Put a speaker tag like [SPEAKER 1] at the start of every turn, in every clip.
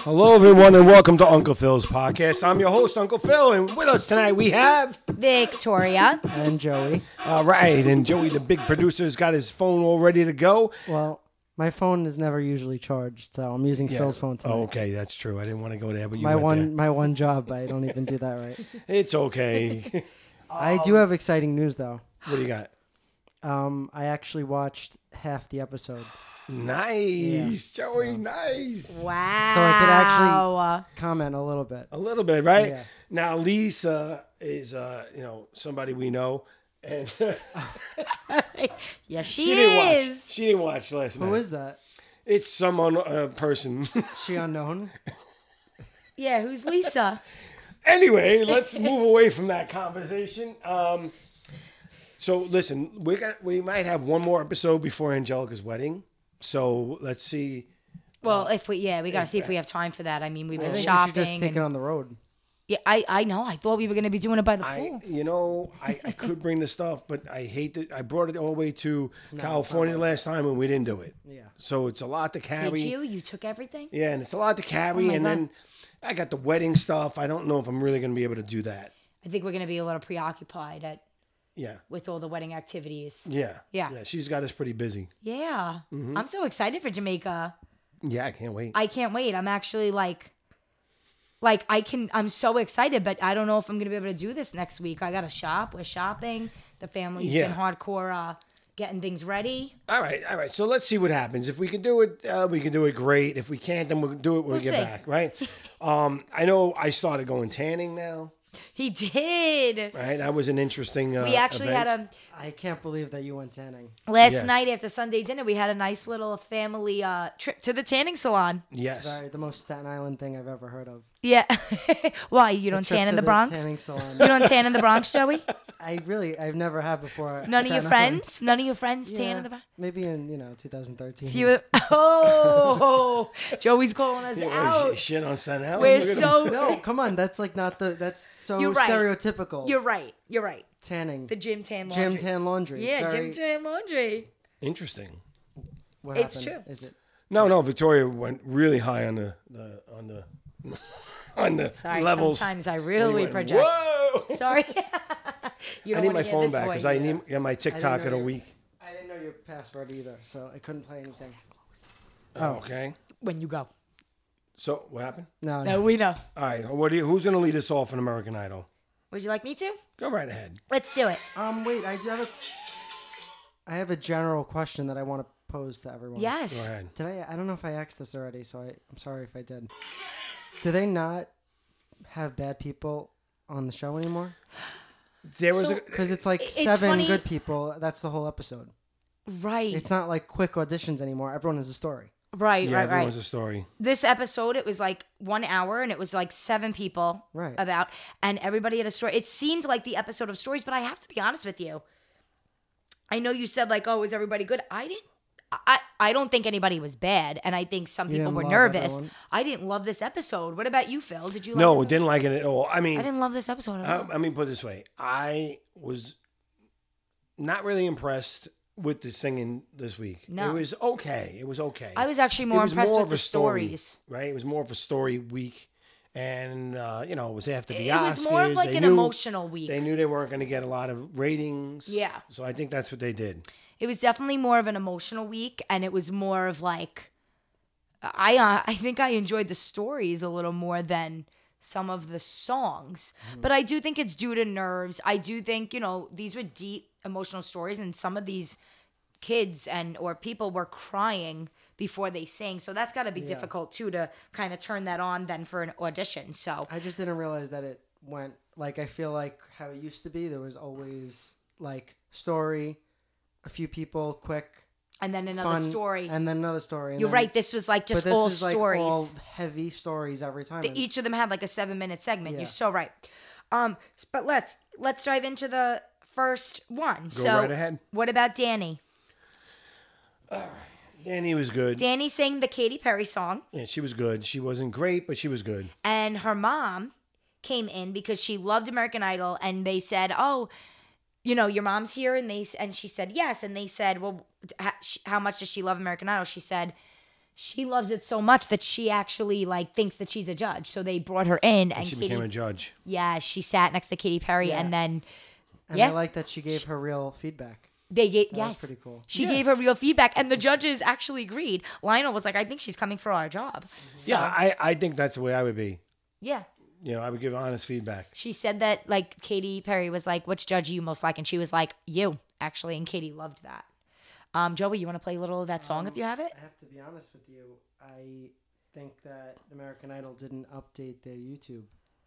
[SPEAKER 1] Hello, everyone, and welcome to Uncle Phil's podcast. I'm your host, Uncle Phil, and with us tonight we have.
[SPEAKER 2] Victoria.
[SPEAKER 3] and Joey.
[SPEAKER 1] All right, and Joey, the big producer, has got his phone all ready to go.
[SPEAKER 3] Well, my phone is never usually charged, so I'm using Phil's phone tonight.
[SPEAKER 1] Oh, okay, that's true. I didn't want to go there, but you
[SPEAKER 3] my
[SPEAKER 1] went
[SPEAKER 3] one, my one job. I don't even do that right.
[SPEAKER 1] there. It's okay.
[SPEAKER 3] I
[SPEAKER 2] Um,
[SPEAKER 3] do have exciting news though.
[SPEAKER 1] what do you got?
[SPEAKER 3] Um, I actually watched half the episode,
[SPEAKER 1] Nice, Joey. Nice.
[SPEAKER 2] Wow.
[SPEAKER 3] so I could actually comment a little bit.
[SPEAKER 1] A little bit, right?
[SPEAKER 3] Yeah.
[SPEAKER 1] Now Lisa is, uh, you know, somebody we know, and she
[SPEAKER 2] Yes, she,
[SPEAKER 1] didn't watch.
[SPEAKER 2] is.
[SPEAKER 1] She didn't watch last night.
[SPEAKER 3] Who is that?
[SPEAKER 1] it's some un- uh, person.
[SPEAKER 3] She unknown?
[SPEAKER 2] Yeah, who's Lisa?
[SPEAKER 1] anyway, let's move away from that conversation. Um, so listen, we got we might have one more episode before Angelica's wedding. So let's see.
[SPEAKER 2] Well, if we yeah, we gotta see if we have time for that. I mean, we've
[SPEAKER 3] I
[SPEAKER 2] been
[SPEAKER 3] think we should
[SPEAKER 2] shopping.
[SPEAKER 3] just take
[SPEAKER 2] and-
[SPEAKER 3] it on the road.
[SPEAKER 2] yeah, I I know. I thought we were gonna be doing it by the
[SPEAKER 1] I
[SPEAKER 2] pool.
[SPEAKER 1] you know I, I could bring the stuff, but I hate that I brought it all the way to California last time and we didn't do it.
[SPEAKER 3] Yeah.
[SPEAKER 1] So it's a lot to
[SPEAKER 2] Did
[SPEAKER 1] carry.
[SPEAKER 2] you? You took everything?
[SPEAKER 1] Yeah, and it's a lot to carry,
[SPEAKER 2] my
[SPEAKER 1] and
[SPEAKER 2] God.
[SPEAKER 1] then I got the wedding stuff. I don't know if I'm really going to be able to do that.
[SPEAKER 2] I think we're gonna be a little preoccupied at
[SPEAKER 1] Yeah.
[SPEAKER 2] with all the wedding
[SPEAKER 3] Mm-hmm.
[SPEAKER 2] activities.
[SPEAKER 1] Yeah.
[SPEAKER 2] Yeah.
[SPEAKER 1] she's got us pretty busy.
[SPEAKER 2] Yeah. I'm so excited for Jamaica.
[SPEAKER 1] Yeah, I can't wait.
[SPEAKER 2] I can't wait. I'm actually like like I can I'm so excited, but I don't know if I'm gonna be able to do this next week. I gotta shop. We're shopping. The family's
[SPEAKER 1] Yeah.
[SPEAKER 2] been hardcore uh getting things ready.
[SPEAKER 1] All right, all right. So let's see what happens. If we can do it, uh, we can do it great. If we can't, then we'll do it when we
[SPEAKER 2] We'll
[SPEAKER 1] get
[SPEAKER 2] see.
[SPEAKER 1] back, right? um, I know I started going tanning now,
[SPEAKER 2] He did.
[SPEAKER 1] right? That was an interesting. Uh,
[SPEAKER 2] We actually
[SPEAKER 1] event.
[SPEAKER 2] had
[SPEAKER 3] I can't believe that you went tanning.
[SPEAKER 2] a last
[SPEAKER 1] Yes.
[SPEAKER 2] night after Sunday dinner. We had a nice little family uh, trip to the tanning salon.
[SPEAKER 1] yes,
[SPEAKER 3] Sorry, the most Staten Island thing I've ever heard of.
[SPEAKER 2] Yeah, why you don't
[SPEAKER 3] Trip
[SPEAKER 2] tan
[SPEAKER 3] to
[SPEAKER 2] in the Bronx?
[SPEAKER 3] Tanning
[SPEAKER 2] You
[SPEAKER 3] salon.
[SPEAKER 2] don't tan in the Bronx, Joey?
[SPEAKER 3] I really, I've never had before.
[SPEAKER 2] None of your
[SPEAKER 3] Staten Island.
[SPEAKER 2] friends? None of your friends tan
[SPEAKER 3] Yeah,
[SPEAKER 2] in the Bronx?
[SPEAKER 3] Maybe in you know 2013.
[SPEAKER 2] You oh, Joey's calling us
[SPEAKER 1] Oh,
[SPEAKER 2] out.
[SPEAKER 1] shit on Staten Island.
[SPEAKER 2] We're
[SPEAKER 1] Look at
[SPEAKER 2] so
[SPEAKER 3] no, come on, that's like not the. That's so
[SPEAKER 2] You're right.
[SPEAKER 3] stereotypical.
[SPEAKER 2] You're right. You're right.
[SPEAKER 3] tanning.
[SPEAKER 2] The gym tan laundry.
[SPEAKER 3] Gym tan laundry. It's
[SPEAKER 2] Yeah,
[SPEAKER 3] very-
[SPEAKER 2] gym tan laundry.
[SPEAKER 1] them. interesting.
[SPEAKER 3] What
[SPEAKER 2] It's
[SPEAKER 3] happened?
[SPEAKER 2] true.
[SPEAKER 3] Is it?
[SPEAKER 1] No, no, Victoria went really high on the, the on the on the
[SPEAKER 2] Sorry,
[SPEAKER 1] levels.
[SPEAKER 2] sometimes I really
[SPEAKER 1] Went,
[SPEAKER 2] project.
[SPEAKER 1] Whoa!
[SPEAKER 2] Sorry.
[SPEAKER 1] I
[SPEAKER 2] you don't
[SPEAKER 1] need
[SPEAKER 2] want
[SPEAKER 1] my
[SPEAKER 2] to hear
[SPEAKER 1] phone
[SPEAKER 2] this
[SPEAKER 1] back
[SPEAKER 2] voice.
[SPEAKER 1] because I need yeah, my TikTok
[SPEAKER 3] know
[SPEAKER 1] in a
[SPEAKER 3] you-
[SPEAKER 1] week.
[SPEAKER 3] I didn't know your password either, so I couldn't play anything.
[SPEAKER 2] Oh.
[SPEAKER 1] Okay.
[SPEAKER 2] when you go.
[SPEAKER 1] So what happened?
[SPEAKER 3] No,
[SPEAKER 2] No,
[SPEAKER 3] no.
[SPEAKER 2] we know.
[SPEAKER 1] All right. What do you, who's going to lead us off in American Idol?
[SPEAKER 2] Would you like me to?
[SPEAKER 1] Go right ahead.
[SPEAKER 2] Let's do it.
[SPEAKER 3] Um, wait. I do have a. I have a general question that I want to pose to everyone.
[SPEAKER 1] Go
[SPEAKER 2] Yes.
[SPEAKER 1] ahead.
[SPEAKER 3] Did I? I don't know if I asked this already, so I, I'm sorry if I did. Do they not have bad people on the show anymore?
[SPEAKER 1] There was a,
[SPEAKER 3] Because it's like
[SPEAKER 2] It's
[SPEAKER 3] seven
[SPEAKER 2] funny-
[SPEAKER 3] good people. That's the whole episode.
[SPEAKER 2] Right.
[SPEAKER 3] It's not like quick auditions anymore. Everyone has a story.
[SPEAKER 2] right,
[SPEAKER 1] yeah,
[SPEAKER 2] right, right.
[SPEAKER 1] everyone's a story.
[SPEAKER 2] This episode, it was like one hour and it was like seven people
[SPEAKER 3] Right.
[SPEAKER 2] about, and everybody had a story. It seemed like the episode of stories, but I have to be honest with you. I know you said, like, oh, is everybody good? I didn't. I, I don't think anybody was bad, and I think some people
[SPEAKER 3] didn't
[SPEAKER 2] were
[SPEAKER 3] love
[SPEAKER 2] nervous.
[SPEAKER 3] everyone.
[SPEAKER 2] I didn't love this episode. What about you, Phil? Did you like
[SPEAKER 1] No,
[SPEAKER 2] this
[SPEAKER 1] didn't like it Um, at all. I
[SPEAKER 2] episode? I
[SPEAKER 1] mean,
[SPEAKER 2] didn't love this episode. At all.
[SPEAKER 1] I, I mean, put it this way, I was not really impressed with the singing this week.
[SPEAKER 2] No.
[SPEAKER 1] it was okay. It was okay.
[SPEAKER 2] I was actually more
[SPEAKER 1] it was
[SPEAKER 2] impressed
[SPEAKER 1] more
[SPEAKER 2] with
[SPEAKER 1] of
[SPEAKER 2] the
[SPEAKER 1] a story,
[SPEAKER 2] stories.
[SPEAKER 1] right? It was more of a story week, and uh, you know, it was after the
[SPEAKER 2] It
[SPEAKER 1] Oscars.
[SPEAKER 2] was more of like
[SPEAKER 1] They
[SPEAKER 2] an
[SPEAKER 1] knew-
[SPEAKER 2] emotional week.
[SPEAKER 1] They knew they weren't going to get a lot of ratings.
[SPEAKER 2] Yeah.
[SPEAKER 1] So I think that's what they did.
[SPEAKER 2] it was definitely more of an emotional week and it was more of like i uh, i think i enjoyed the stories a little more than some of the songs
[SPEAKER 3] Mm-hmm.
[SPEAKER 2] but i do think it's due to nerves i do think you know these were deep emotional stories and some of these kids and or people were crying before they sang so that's got to be difficult too to kind of turn that on then for an audition so
[SPEAKER 3] I just didn't realize that it went like I feel like how it used to be. There was always like story, a few people, quick
[SPEAKER 2] and then another
[SPEAKER 3] fun,
[SPEAKER 2] story
[SPEAKER 3] and then another story. and
[SPEAKER 2] you're
[SPEAKER 3] then-
[SPEAKER 2] right this was like
[SPEAKER 3] but
[SPEAKER 2] just
[SPEAKER 3] this
[SPEAKER 2] all
[SPEAKER 3] is, like,
[SPEAKER 2] stories
[SPEAKER 3] all heavy stories every time.
[SPEAKER 2] They-
[SPEAKER 3] and
[SPEAKER 2] each of them had like a seven minute segment.
[SPEAKER 3] Yeah.
[SPEAKER 2] You're so right. Um, but let's let's dive into the first one. so
[SPEAKER 1] right ahead.
[SPEAKER 2] What about Danny?
[SPEAKER 1] Danny was good.
[SPEAKER 2] Danny sang the Katy Perry song,
[SPEAKER 1] yeah, she was good. She wasn't great, but she was good.
[SPEAKER 2] and her mom came in because she loved American Idol, and they said, "Oh, you know, your mom's here," and they s- and she said yes, and they said, "Well, h- sh- how much does she love American Idol?" She said. she loves it so much that she actually like thinks that she's a judge. So they brought her in, and
[SPEAKER 1] She
[SPEAKER 2] Katy,
[SPEAKER 1] became a judge.
[SPEAKER 2] yeah, she sat next to Katy Perry,
[SPEAKER 3] Yeah.
[SPEAKER 2] and then
[SPEAKER 3] And
[SPEAKER 2] Yeah.
[SPEAKER 3] I like that she gave her real feedback.
[SPEAKER 2] They gave
[SPEAKER 3] was
[SPEAKER 2] yes.
[SPEAKER 3] pretty cool.
[SPEAKER 2] She gave her real feedback, and the judges actually agreed. Lionel was like, "I think she's coming for our job."
[SPEAKER 3] Mm-hmm.
[SPEAKER 2] So,
[SPEAKER 1] Yeah, I, I think that's the way I would be.
[SPEAKER 2] yeah.
[SPEAKER 1] You know, I would give honest feedback.
[SPEAKER 2] She said that like Katy Perry was like, "Which judge you most like?" And she was like, "You actually." And Katy loved that. Um, Joey, you want to play a little of that song if you have it?
[SPEAKER 3] I have to be honest with you. I think that American Idol didn't update their YouTube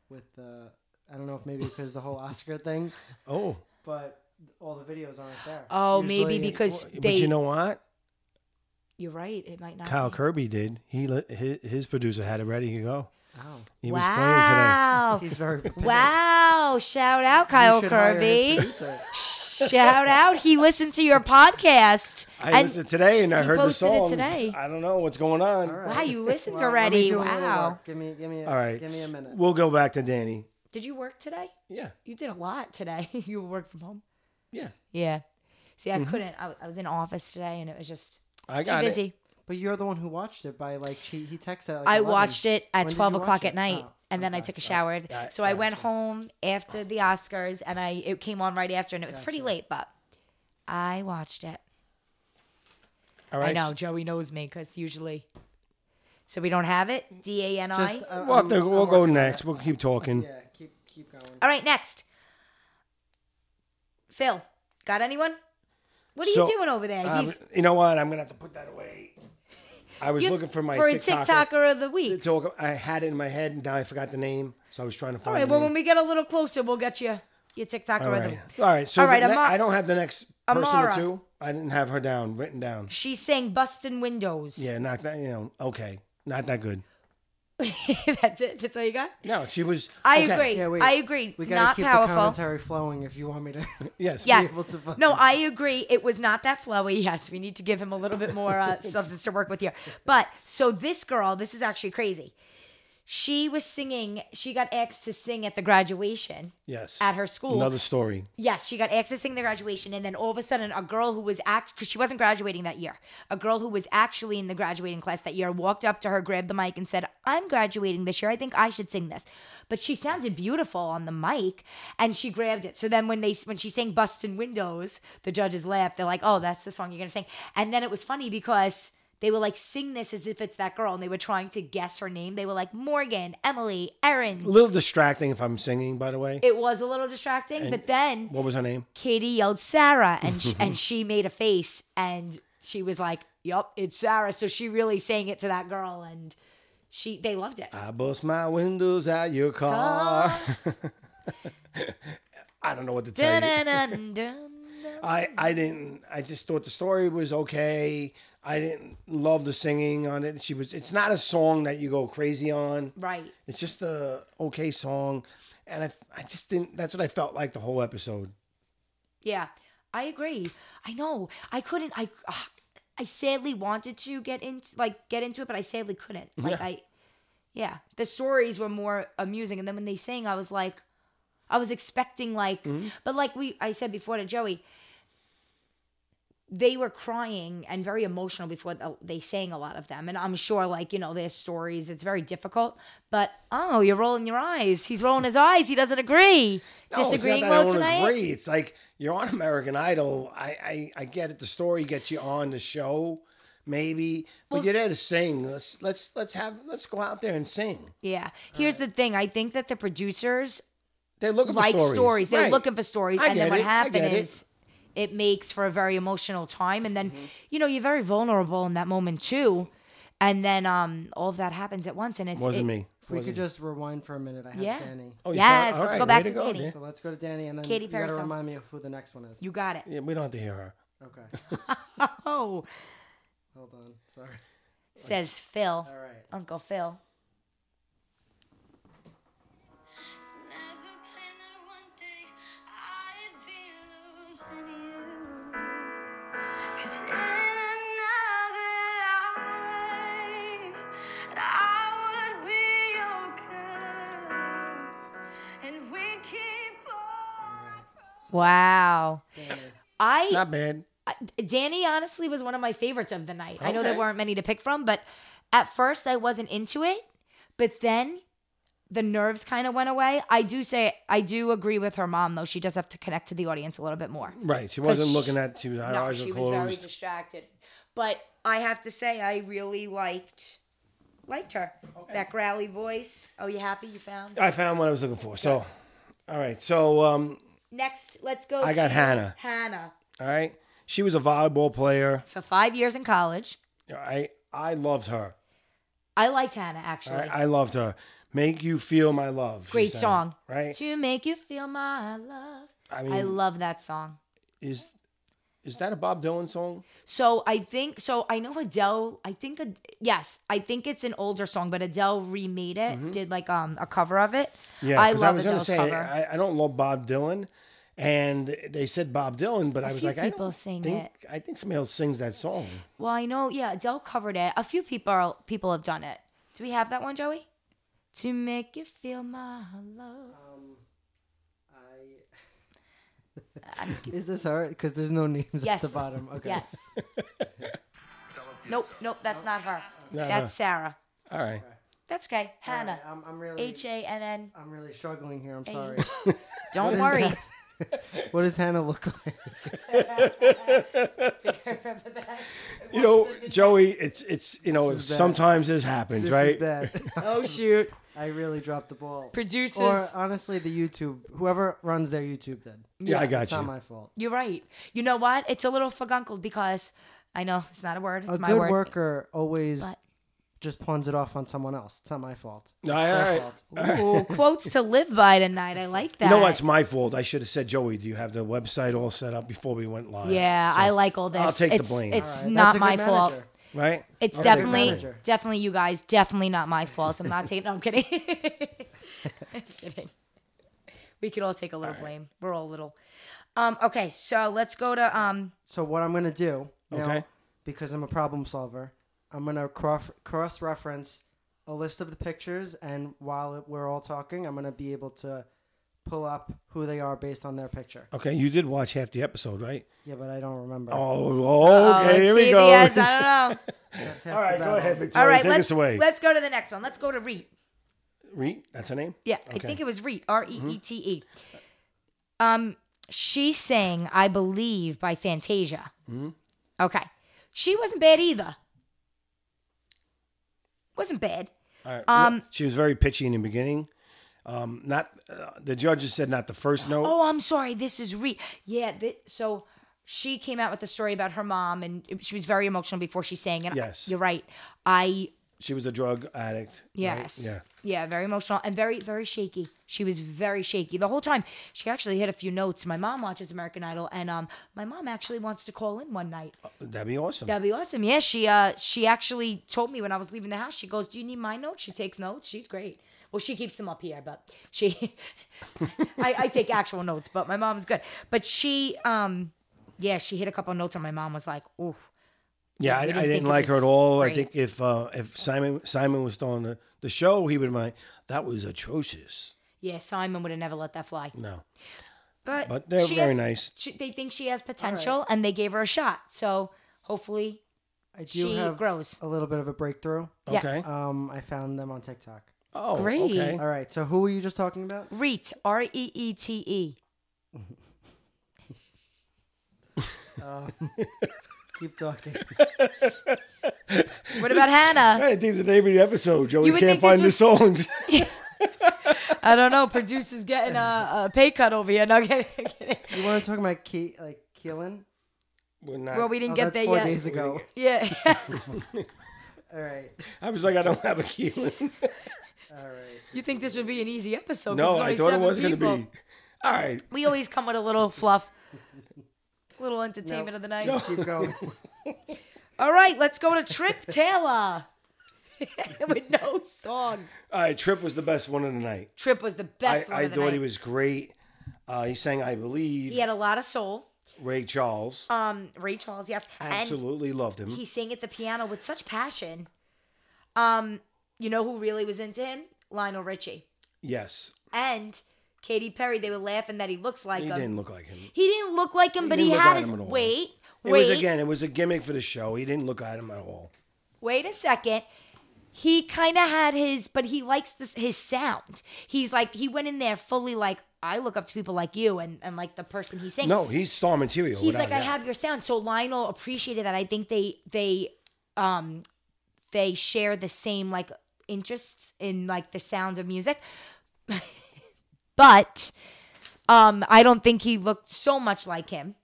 [SPEAKER 3] with the. I don't know if maybe because the whole Oscar thing,
[SPEAKER 1] Oh,
[SPEAKER 3] but all the videos aren't there.
[SPEAKER 2] Oh,
[SPEAKER 3] Usually
[SPEAKER 2] maybe
[SPEAKER 3] it's-
[SPEAKER 2] because
[SPEAKER 1] but
[SPEAKER 2] they.
[SPEAKER 1] you
[SPEAKER 2] You
[SPEAKER 1] know what?
[SPEAKER 2] are right. It might not.
[SPEAKER 1] Kyle
[SPEAKER 2] be.
[SPEAKER 1] Kirby did. He let his, his producer had it ready to go.
[SPEAKER 3] Wow.
[SPEAKER 1] He was playing today.
[SPEAKER 2] wow.
[SPEAKER 3] He's very prepared.
[SPEAKER 2] Wow. Shout out,
[SPEAKER 3] You
[SPEAKER 2] Kyle
[SPEAKER 3] should hire his
[SPEAKER 2] Kirby.
[SPEAKER 3] producer.
[SPEAKER 2] Shout out. He listened to your podcast.
[SPEAKER 1] I
[SPEAKER 2] and
[SPEAKER 1] listened today and I
[SPEAKER 2] he
[SPEAKER 1] heard the
[SPEAKER 2] posted it
[SPEAKER 1] songs.
[SPEAKER 2] today.
[SPEAKER 1] I don't know what's going on. All right.
[SPEAKER 3] right.
[SPEAKER 2] wow, you listened
[SPEAKER 3] Well, let me
[SPEAKER 2] already.
[SPEAKER 3] do a little
[SPEAKER 2] Wow.
[SPEAKER 3] work. Give me, give me, a, Give me a minute.
[SPEAKER 1] We'll go back to Danny.
[SPEAKER 2] Did you work today?
[SPEAKER 1] Yeah.
[SPEAKER 2] You did a lot today. you worked from home. Mm-hmm.
[SPEAKER 1] Yeah.
[SPEAKER 2] Yeah. See, I couldn't. I, I was in office today, and it was just
[SPEAKER 1] I
[SPEAKER 2] too
[SPEAKER 1] got
[SPEAKER 2] busy.
[SPEAKER 1] it.
[SPEAKER 3] But you're the one who watched it by like he, he texted. At like
[SPEAKER 2] I
[SPEAKER 3] 11.
[SPEAKER 2] watched it
[SPEAKER 3] When
[SPEAKER 2] at
[SPEAKER 3] did you
[SPEAKER 2] twelve
[SPEAKER 3] watch
[SPEAKER 2] o'clock
[SPEAKER 3] it?
[SPEAKER 2] at night,
[SPEAKER 3] Oh,
[SPEAKER 2] and then I took a shower. so I went home after the Oscars, and I it came on right after, and it was pretty late, but I watched it.
[SPEAKER 1] All right.
[SPEAKER 2] I know Joey knows me because usually, so we don't have it. D A N I.
[SPEAKER 3] Just, uh,
[SPEAKER 1] We'll, have
[SPEAKER 3] um,
[SPEAKER 1] to,
[SPEAKER 3] I'm
[SPEAKER 1] we'll go
[SPEAKER 3] working on
[SPEAKER 1] next. We'll keep talking.
[SPEAKER 3] it. Yeah, keep keep going.
[SPEAKER 2] All right, next. Phil, got anyone? What are
[SPEAKER 1] So,
[SPEAKER 2] you doing over there?
[SPEAKER 1] Um,
[SPEAKER 2] He's
[SPEAKER 1] you know what? I'm gonna have to put that away. I was
[SPEAKER 2] you-
[SPEAKER 1] looking for my
[SPEAKER 2] for
[SPEAKER 1] TikToker.
[SPEAKER 2] a TikToker of the week.
[SPEAKER 1] Talk- I had it in my head, and now I forgot the name, so I was trying to
[SPEAKER 2] All
[SPEAKER 1] find.
[SPEAKER 2] right.
[SPEAKER 1] the
[SPEAKER 2] Well, when
[SPEAKER 1] name.
[SPEAKER 2] we get a little closer, we'll get you your TikToker
[SPEAKER 1] all
[SPEAKER 2] of the
[SPEAKER 1] right, all right. So
[SPEAKER 2] All right,
[SPEAKER 1] the ne-
[SPEAKER 2] Ama-
[SPEAKER 1] I don't have the next person
[SPEAKER 2] Amara.
[SPEAKER 1] or two. I didn't have her down, written down.
[SPEAKER 2] She sang "Bustin' Windows."
[SPEAKER 1] Yeah, not that. You know, okay, not that good.
[SPEAKER 2] That's it. That's all you got.
[SPEAKER 1] No, she was.
[SPEAKER 2] I
[SPEAKER 1] okay.
[SPEAKER 2] agree.
[SPEAKER 3] Yeah, wait.
[SPEAKER 2] I agree.
[SPEAKER 3] We gotta
[SPEAKER 2] Not
[SPEAKER 3] keep the
[SPEAKER 2] powerful.
[SPEAKER 3] commentary flowing if you want me to.
[SPEAKER 1] Yes.
[SPEAKER 2] Yes.
[SPEAKER 3] able to fucking-
[SPEAKER 2] No, I agree. It was not that flowy. Yes, we need to give him a little bit more uh, substance to work with here. But so this girl, this is actually crazy. She was singing. She got asked to sing at the graduation.
[SPEAKER 1] Yes.
[SPEAKER 2] At her school.
[SPEAKER 1] Another story.
[SPEAKER 2] Yes, she got accessing the graduation, and then all of a sudden, a girl who was act because she wasn't graduating that year, a girl who was actually in the graduating class that year walked up to her, grabbed the mic, and said, "I'm graduating this year. I think I should sing this." But she sounded beautiful on the mic, and she grabbed it. So then, when they when she sang "Bustin' Windows," the judges laughed. They're like, "Oh, that's the song you're gonna sing." And then it was funny because. They were like, sing this as if it's that girl. And they were trying to guess her name. They were like, Morgan, Emily,
[SPEAKER 1] A
[SPEAKER 2] Erin.
[SPEAKER 1] little distracting if I'm singing, by the way.
[SPEAKER 2] It was a little distracting, but then
[SPEAKER 1] What was her name?
[SPEAKER 2] Katie yelled Sarah, and sh- and she made a face, and she was like, "Yup, it's Sarah." So she really sang it to that girl, and she they loved it.
[SPEAKER 1] I bust my windows out your car. I don't know what to tell you.
[SPEAKER 2] Dun-dun-dun-dun.
[SPEAKER 1] I, I didn't I just thought the story was okay. I didn't love the singing on it. She was it's not a song that you go crazy on.
[SPEAKER 2] right?
[SPEAKER 1] It's just a okay song. And I, I just didn't that's what I felt like the whole episode.
[SPEAKER 2] Yeah, I agree. I know. I couldn't. I ah, I sadly wanted to get into like get into it, but I sadly couldn't. Like
[SPEAKER 1] Yeah.
[SPEAKER 2] I, yeah, the stories were more amusing, and then when they sang, I was like, I was expecting like,
[SPEAKER 1] Mm-hmm.
[SPEAKER 2] but like we I said before to Joey. They were crying and very emotional before the- they sang a lot of them. And I'm sure, like, you know, their stories, it's very difficult. But, oh, you're rolling your eyes. He's rolling his eyes. He doesn't agree.
[SPEAKER 1] No, Oh, it's not
[SPEAKER 2] Disagreeing
[SPEAKER 1] that I
[SPEAKER 2] low
[SPEAKER 1] don't
[SPEAKER 2] tonight.
[SPEAKER 1] agree. It's like you're on American Idol. I, I, I get it. The story gets you on the show, maybe. But you're there to sing. Let's let's let's have let's go out there and sing.
[SPEAKER 2] Yeah. Here's the thing. I think that the producers
[SPEAKER 1] They're looking
[SPEAKER 2] like
[SPEAKER 1] for
[SPEAKER 2] stories.
[SPEAKER 1] stories.
[SPEAKER 2] They're
[SPEAKER 1] Right.
[SPEAKER 2] looking for stories.
[SPEAKER 1] I
[SPEAKER 2] and then
[SPEAKER 1] get
[SPEAKER 2] what
[SPEAKER 1] it. I
[SPEAKER 2] happens
[SPEAKER 1] get it. Mm-hmm.
[SPEAKER 2] is it makes for a very emotional time. And then, you know, you're very vulnerable in that moment too. And then um all of that happens at once and it's
[SPEAKER 1] Wasn't
[SPEAKER 2] it-
[SPEAKER 1] me.
[SPEAKER 3] If we could just rewind for a minute, I have
[SPEAKER 2] Yeah.
[SPEAKER 3] Danny.
[SPEAKER 1] Oh, you
[SPEAKER 2] yes,
[SPEAKER 1] found-
[SPEAKER 2] let's
[SPEAKER 1] all
[SPEAKER 2] go
[SPEAKER 1] right,
[SPEAKER 2] back
[SPEAKER 1] way
[SPEAKER 2] to,
[SPEAKER 1] to go,
[SPEAKER 2] Danny.
[SPEAKER 1] yeah.
[SPEAKER 3] So let's go to Danny, and then
[SPEAKER 2] Katy
[SPEAKER 3] you gotta
[SPEAKER 2] Perry song.
[SPEAKER 3] remind me of who the next one is.
[SPEAKER 2] You got it.
[SPEAKER 1] Yeah, we don't have to hear her.
[SPEAKER 3] Okay,
[SPEAKER 2] Oh,
[SPEAKER 3] hold on. Sorry.
[SPEAKER 2] says Phil.
[SPEAKER 3] All right.
[SPEAKER 2] Uncle Phil.
[SPEAKER 4] Never planned that one day I'd be losing you. 'Cause in another life, I would be your girl. And we keep on our
[SPEAKER 2] Wow. I
[SPEAKER 1] Not bad.
[SPEAKER 2] I- Danny honestly was one of my favorites of the night. I know there
[SPEAKER 1] Okay.
[SPEAKER 2] weren't many to pick from, but at first I wasn't into it, but then the nerves kind of went away. I do say I do agree with her mom though. She does have to connect to the audience a little bit more.
[SPEAKER 1] Right. She wasn't looking at. She was, her
[SPEAKER 2] No,
[SPEAKER 1] eyes
[SPEAKER 2] she
[SPEAKER 1] were
[SPEAKER 2] was very
[SPEAKER 1] closed.
[SPEAKER 2] distracted. But I have to say, I really liked liked her. That growly voice. Oh, you happy? You found
[SPEAKER 1] I found what I was looking for. So, all right. So, um,
[SPEAKER 2] next. Let's go.
[SPEAKER 1] I got
[SPEAKER 2] to
[SPEAKER 1] Hannah.
[SPEAKER 2] Hannah
[SPEAKER 1] all right. She was a volleyball player.
[SPEAKER 2] for five years in college.
[SPEAKER 1] All right. I loved her.
[SPEAKER 2] I liked Hannah actually.
[SPEAKER 1] All right. I loved her. Make you feel my love. she
[SPEAKER 2] Great
[SPEAKER 1] sang,
[SPEAKER 2] song.
[SPEAKER 1] Right. Mm.
[SPEAKER 2] To make you feel my love.
[SPEAKER 1] I
[SPEAKER 2] I
[SPEAKER 1] mean,
[SPEAKER 2] love that song.
[SPEAKER 1] is is that a Bob Dylan song?
[SPEAKER 2] So I think so. I know Adele. I think Ad- yes. I think it's an older song, but Adele remade it. Did like um a cover of it.
[SPEAKER 1] Mm-hmm. Yeah,
[SPEAKER 2] I
[SPEAKER 1] 'cause
[SPEAKER 2] love
[SPEAKER 1] was
[SPEAKER 2] Adele's
[SPEAKER 1] gonna say
[SPEAKER 2] cover.
[SPEAKER 1] I, I don't love Bob Dylan, and they said Bob Dylan, but I was
[SPEAKER 2] few
[SPEAKER 1] like, I
[SPEAKER 2] people
[SPEAKER 1] don't
[SPEAKER 2] sing
[SPEAKER 1] think
[SPEAKER 2] it.
[SPEAKER 1] I think somebody else sings that song.
[SPEAKER 2] Well, I know. Yeah, Adele covered it. A few people are, people have done it. Do we have that one, Joey? To make you feel my love.
[SPEAKER 3] Um, I,
[SPEAKER 2] I don't keep-
[SPEAKER 3] is this her? Because there's no names
[SPEAKER 2] Yes.
[SPEAKER 3] at the bottom. Okay.
[SPEAKER 2] Yes. nope. Nope. That's not her.
[SPEAKER 1] No, no.
[SPEAKER 2] That's Sarah.
[SPEAKER 1] all right.
[SPEAKER 2] That's okay.
[SPEAKER 3] All right,
[SPEAKER 2] Hannah.
[SPEAKER 3] I'm, I'm really.
[SPEAKER 2] H A N N.
[SPEAKER 3] I'm really struggling here. I'm
[SPEAKER 2] A-
[SPEAKER 3] sorry.
[SPEAKER 2] Don't
[SPEAKER 3] is
[SPEAKER 2] worry.
[SPEAKER 3] that? What does Hannah look like?
[SPEAKER 2] Remember that?
[SPEAKER 1] You know, Joey, it's it's you know
[SPEAKER 3] This is bad.
[SPEAKER 1] sometimes this happens,
[SPEAKER 3] This
[SPEAKER 1] right?
[SPEAKER 3] is bad.
[SPEAKER 2] Oh shoot.
[SPEAKER 3] I really dropped the ball.
[SPEAKER 2] Producers.
[SPEAKER 3] Or honestly, the YouTube, whoever runs their YouTube did.
[SPEAKER 1] Yeah, I got
[SPEAKER 3] It's not
[SPEAKER 1] you.
[SPEAKER 3] my fault.
[SPEAKER 2] You're right. You know what? It's a little fagunkled because I know it's not a word. It's
[SPEAKER 3] A
[SPEAKER 2] my
[SPEAKER 3] good
[SPEAKER 2] word.
[SPEAKER 3] worker always
[SPEAKER 2] But
[SPEAKER 3] just pawns it off on someone else. It's not my fault.
[SPEAKER 1] All right,
[SPEAKER 3] Their
[SPEAKER 1] all right.
[SPEAKER 3] fault.
[SPEAKER 2] Ooh, quotes to live by tonight. I like that.
[SPEAKER 1] You know what? It's my fault. I should have said, Joey, do you have the website all set up before we went live?
[SPEAKER 2] Yeah, I like all this.
[SPEAKER 1] I'll take the
[SPEAKER 2] it's,
[SPEAKER 1] blame.
[SPEAKER 2] It's
[SPEAKER 3] All right,
[SPEAKER 2] not
[SPEAKER 3] that's a
[SPEAKER 2] my
[SPEAKER 3] good
[SPEAKER 2] fault.
[SPEAKER 3] manager.
[SPEAKER 1] Right?
[SPEAKER 2] It's
[SPEAKER 1] Okay.
[SPEAKER 2] definitely,
[SPEAKER 3] manager.
[SPEAKER 2] definitely you guys. Definitely not my fault. I'm not taking. No, I'm kidding. I'm kidding. We could all take a little blame. We're all little. Um. Okay. So let's go to um.
[SPEAKER 3] So what I'm gonna do now,
[SPEAKER 1] Okay.
[SPEAKER 3] because I'm a problem solver, I'm gonna cross cross reference a list of the pictures, and while it- we're all talking, I'm gonna be able to pull up who they are based on their picture.
[SPEAKER 1] Okay, you did watch half the episode, right?
[SPEAKER 3] Yeah, but I don't remember.
[SPEAKER 1] Oh,
[SPEAKER 2] Oh,
[SPEAKER 1] okay.
[SPEAKER 2] let's
[SPEAKER 1] here
[SPEAKER 2] see
[SPEAKER 1] we
[SPEAKER 2] if
[SPEAKER 1] go.
[SPEAKER 2] he has- I don't know.
[SPEAKER 3] That's half
[SPEAKER 1] all right,
[SPEAKER 3] the
[SPEAKER 1] go
[SPEAKER 3] battle.
[SPEAKER 1] ahead, Victoria.
[SPEAKER 2] All right.
[SPEAKER 1] take
[SPEAKER 2] let's
[SPEAKER 1] us away.
[SPEAKER 2] let's go to the next one. Let's go to Reet.
[SPEAKER 1] Reet, that's her name?
[SPEAKER 2] Yeah, I think it was Reet, R E E T E. Um, she sang, I believe, by Fantasia. Okay, she wasn't bad either. Wasn't bad.
[SPEAKER 1] All right.
[SPEAKER 2] Um,
[SPEAKER 1] she was very pitchy in the beginning. Um, not uh, the judges said not the first note.
[SPEAKER 2] Oh, I'm sorry. This is Reet. Yeah. Th- so she came out with a story about her mom, and it- she was very emotional before she sang. And I-
[SPEAKER 1] Yes.
[SPEAKER 2] you're right. I
[SPEAKER 1] She was a drug addict. right?
[SPEAKER 2] Yes.
[SPEAKER 1] Yeah.
[SPEAKER 2] Yeah, very emotional and very, very shaky. She was very shaky the whole time. She actually hit a few notes. My mom watches American Idol, and um, my mom actually wants to call in one night.
[SPEAKER 1] That'd be awesome.
[SPEAKER 2] That'd be awesome. Yeah, she uh, she actually told me when I was leaving the house. She goes, "Do you need my notes?" She takes notes. She's great. Well, she keeps them up here, but she, I, I take actual notes. But my mom's good. But she, um, yeah, she hit a couple notes, and my mom was like, "Ooh,
[SPEAKER 1] yeah, I,
[SPEAKER 2] we didn't
[SPEAKER 1] I
[SPEAKER 2] think
[SPEAKER 1] didn't
[SPEAKER 2] it
[SPEAKER 1] like her
[SPEAKER 2] was
[SPEAKER 1] at all.
[SPEAKER 2] great.
[SPEAKER 1] I think if uh, if Simon Simon was still on the, the show, he would mind. That was atrocious.
[SPEAKER 2] yeah, Simon would have never let that fly."
[SPEAKER 1] No.
[SPEAKER 2] But,
[SPEAKER 1] But they're
[SPEAKER 2] she
[SPEAKER 1] very
[SPEAKER 2] has-
[SPEAKER 1] nice.
[SPEAKER 2] She, they think she has potential, and they gave her a shot. So hopefully,
[SPEAKER 3] I do
[SPEAKER 2] She
[SPEAKER 3] have
[SPEAKER 2] grows.
[SPEAKER 3] a little bit of a breakthrough.
[SPEAKER 2] Yes.
[SPEAKER 1] Okay.
[SPEAKER 3] Um, I found them on TikTok.
[SPEAKER 1] Oh,
[SPEAKER 2] Great. Uh,
[SPEAKER 1] okay.
[SPEAKER 3] All right, so who were you just talking about?
[SPEAKER 2] Reet R E E T E.
[SPEAKER 3] Keep talking.
[SPEAKER 2] What about Hannah?
[SPEAKER 1] I think the name of the episode, Joey
[SPEAKER 2] You would
[SPEAKER 1] can't
[SPEAKER 2] think this
[SPEAKER 1] find
[SPEAKER 2] was-
[SPEAKER 1] the songs.
[SPEAKER 2] I don't know. Producer's getting a, a pay cut over here. No, kidding, kidding.
[SPEAKER 3] You want to talk about Ke- like Keelan?
[SPEAKER 1] We're not-
[SPEAKER 2] Well, we didn't
[SPEAKER 3] Oh,
[SPEAKER 2] get
[SPEAKER 3] that's
[SPEAKER 2] there
[SPEAKER 3] four
[SPEAKER 2] yet.
[SPEAKER 3] days ago.
[SPEAKER 2] Yeah,
[SPEAKER 3] All right,
[SPEAKER 1] I was like, I don't have a key.
[SPEAKER 3] all right.
[SPEAKER 2] you think this would be an easy episode? 'cause
[SPEAKER 1] no,
[SPEAKER 2] there's
[SPEAKER 1] I
[SPEAKER 2] only
[SPEAKER 1] thought it
[SPEAKER 2] seven
[SPEAKER 1] was going to
[SPEAKER 2] people.
[SPEAKER 1] be. All right.
[SPEAKER 2] We always come with a little fluff, little entertainment
[SPEAKER 3] No.
[SPEAKER 2] of the night.
[SPEAKER 3] Just keep going.
[SPEAKER 2] All right, let's go to Trip Taylor with no song.
[SPEAKER 1] All right. Trip was the best one of the night.
[SPEAKER 2] Trip was the
[SPEAKER 1] I,
[SPEAKER 2] best one
[SPEAKER 1] I
[SPEAKER 2] of the
[SPEAKER 1] thought
[SPEAKER 2] night.
[SPEAKER 1] he was great. Uh, he sang "I Believe."
[SPEAKER 2] he had a lot of soul.
[SPEAKER 1] Ray Charles.
[SPEAKER 2] um Ray Charles, yes.
[SPEAKER 1] Absolutely loved him.
[SPEAKER 2] And he sang at the piano with such passion. Um, you know who really was into him? Lionel Richie.
[SPEAKER 1] yes.
[SPEAKER 2] And Katy Perry, they were laughing that he looks like
[SPEAKER 1] He
[SPEAKER 2] him.
[SPEAKER 1] didn't look like him.
[SPEAKER 2] He didn't look like him, but
[SPEAKER 1] didn't
[SPEAKER 2] he
[SPEAKER 1] look
[SPEAKER 2] had
[SPEAKER 1] like
[SPEAKER 2] his
[SPEAKER 1] him at all.
[SPEAKER 2] wait.
[SPEAKER 1] It was
[SPEAKER 2] Wait.
[SPEAKER 1] again. It was a gimmick for the show. He didn't look at him at all.
[SPEAKER 2] wait a second. He kind of had his, but he likes this, his sound. He's like, he went in there fully like, I look up to people like you and, and like the person he's saying.
[SPEAKER 1] No, he's star material.
[SPEAKER 2] He's
[SPEAKER 1] without
[SPEAKER 2] like,
[SPEAKER 1] a
[SPEAKER 2] I
[SPEAKER 1] doubt.
[SPEAKER 2] have your sound. So Lionel appreciated that. I think they, they, um, they share the same like interests in like the sounds of music. but, um, I don't think he looked so much like him.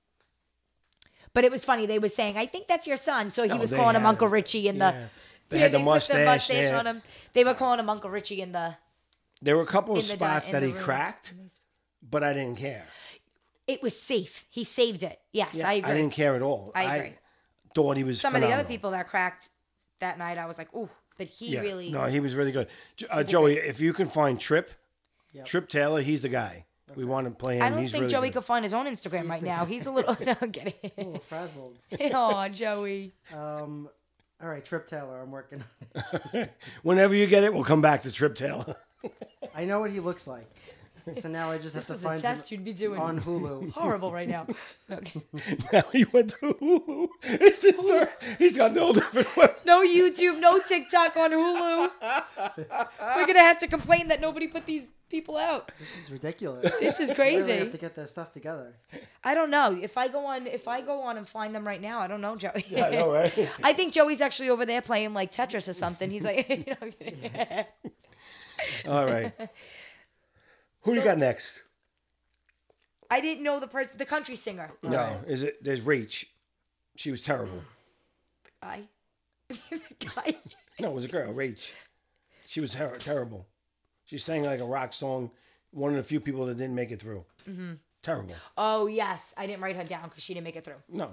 [SPEAKER 2] But it was funny. They were saying, I think that's your son. So he
[SPEAKER 1] No,
[SPEAKER 2] was
[SPEAKER 1] they
[SPEAKER 2] calling him
[SPEAKER 1] had-
[SPEAKER 2] Uncle Richie and the,
[SPEAKER 1] yeah. They had the
[SPEAKER 2] put
[SPEAKER 1] mustache. they, had-
[SPEAKER 2] on him. They were calling him Uncle Richie in the.
[SPEAKER 1] there were a couple of
[SPEAKER 2] in the di-
[SPEAKER 1] spots
[SPEAKER 2] in
[SPEAKER 1] that
[SPEAKER 2] the
[SPEAKER 1] he
[SPEAKER 2] room.
[SPEAKER 1] cracked, but I didn't care.
[SPEAKER 2] It was safe. He saved it. Yes, I agree.
[SPEAKER 1] didn't care at all.
[SPEAKER 2] I agree.
[SPEAKER 1] thought he was
[SPEAKER 2] Some of the
[SPEAKER 1] phenomenal.
[SPEAKER 2] other people that cracked that night, I was like, ooh, but he
[SPEAKER 1] Yeah.
[SPEAKER 2] really.
[SPEAKER 1] No, he was really good. Jo- Uh, Joey, if you can find Trip, Trip Taylor, he's the guy. We want to play him.
[SPEAKER 2] I don't
[SPEAKER 1] he's
[SPEAKER 2] think
[SPEAKER 1] really
[SPEAKER 2] Joey
[SPEAKER 1] good.
[SPEAKER 2] could find his own Instagram right now. He's a little. No, I'm kidding.
[SPEAKER 3] little frazzled.
[SPEAKER 2] oh, Joey.
[SPEAKER 3] Um, all right, Trip Taylor. I'm working. on it.
[SPEAKER 1] Whenever you get it, we'll come back to Trip Taylor.
[SPEAKER 3] I know what he looks like, so now I just
[SPEAKER 2] This
[SPEAKER 3] have to
[SPEAKER 2] was a
[SPEAKER 3] find
[SPEAKER 2] test
[SPEAKER 3] him
[SPEAKER 2] you'd be doing.
[SPEAKER 3] on Hulu.
[SPEAKER 2] Horrible right now. Okay.
[SPEAKER 1] now he went to Hulu. It's his third. He's got no different one.
[SPEAKER 2] No YouTube, no TikTok on Hulu. We're gonna have to complain that nobody put these people out.
[SPEAKER 3] This is ridiculous.
[SPEAKER 2] This is
[SPEAKER 3] They
[SPEAKER 2] crazy.
[SPEAKER 3] really have to get their stuff together.
[SPEAKER 2] I don't know. If I go on, if I go on and find them right now, I don't know, Joey.
[SPEAKER 1] I know, right?
[SPEAKER 2] I think Joey's actually over there playing like Tetris or something. He's like, you know,
[SPEAKER 1] All right. Who do you
[SPEAKER 2] So-
[SPEAKER 1] got next?
[SPEAKER 2] I didn't know the person, the country singer.
[SPEAKER 1] No, is it? There's Rach. She was terrible.
[SPEAKER 2] Guy, the guy.
[SPEAKER 1] No, it was a girl, Rach. She was her- terrible. She sang like a rock song. One of the few people that didn't make it through. Mm-hmm. Terrible.
[SPEAKER 2] Oh yes, I didn't write her down because she didn't make it through.
[SPEAKER 1] No,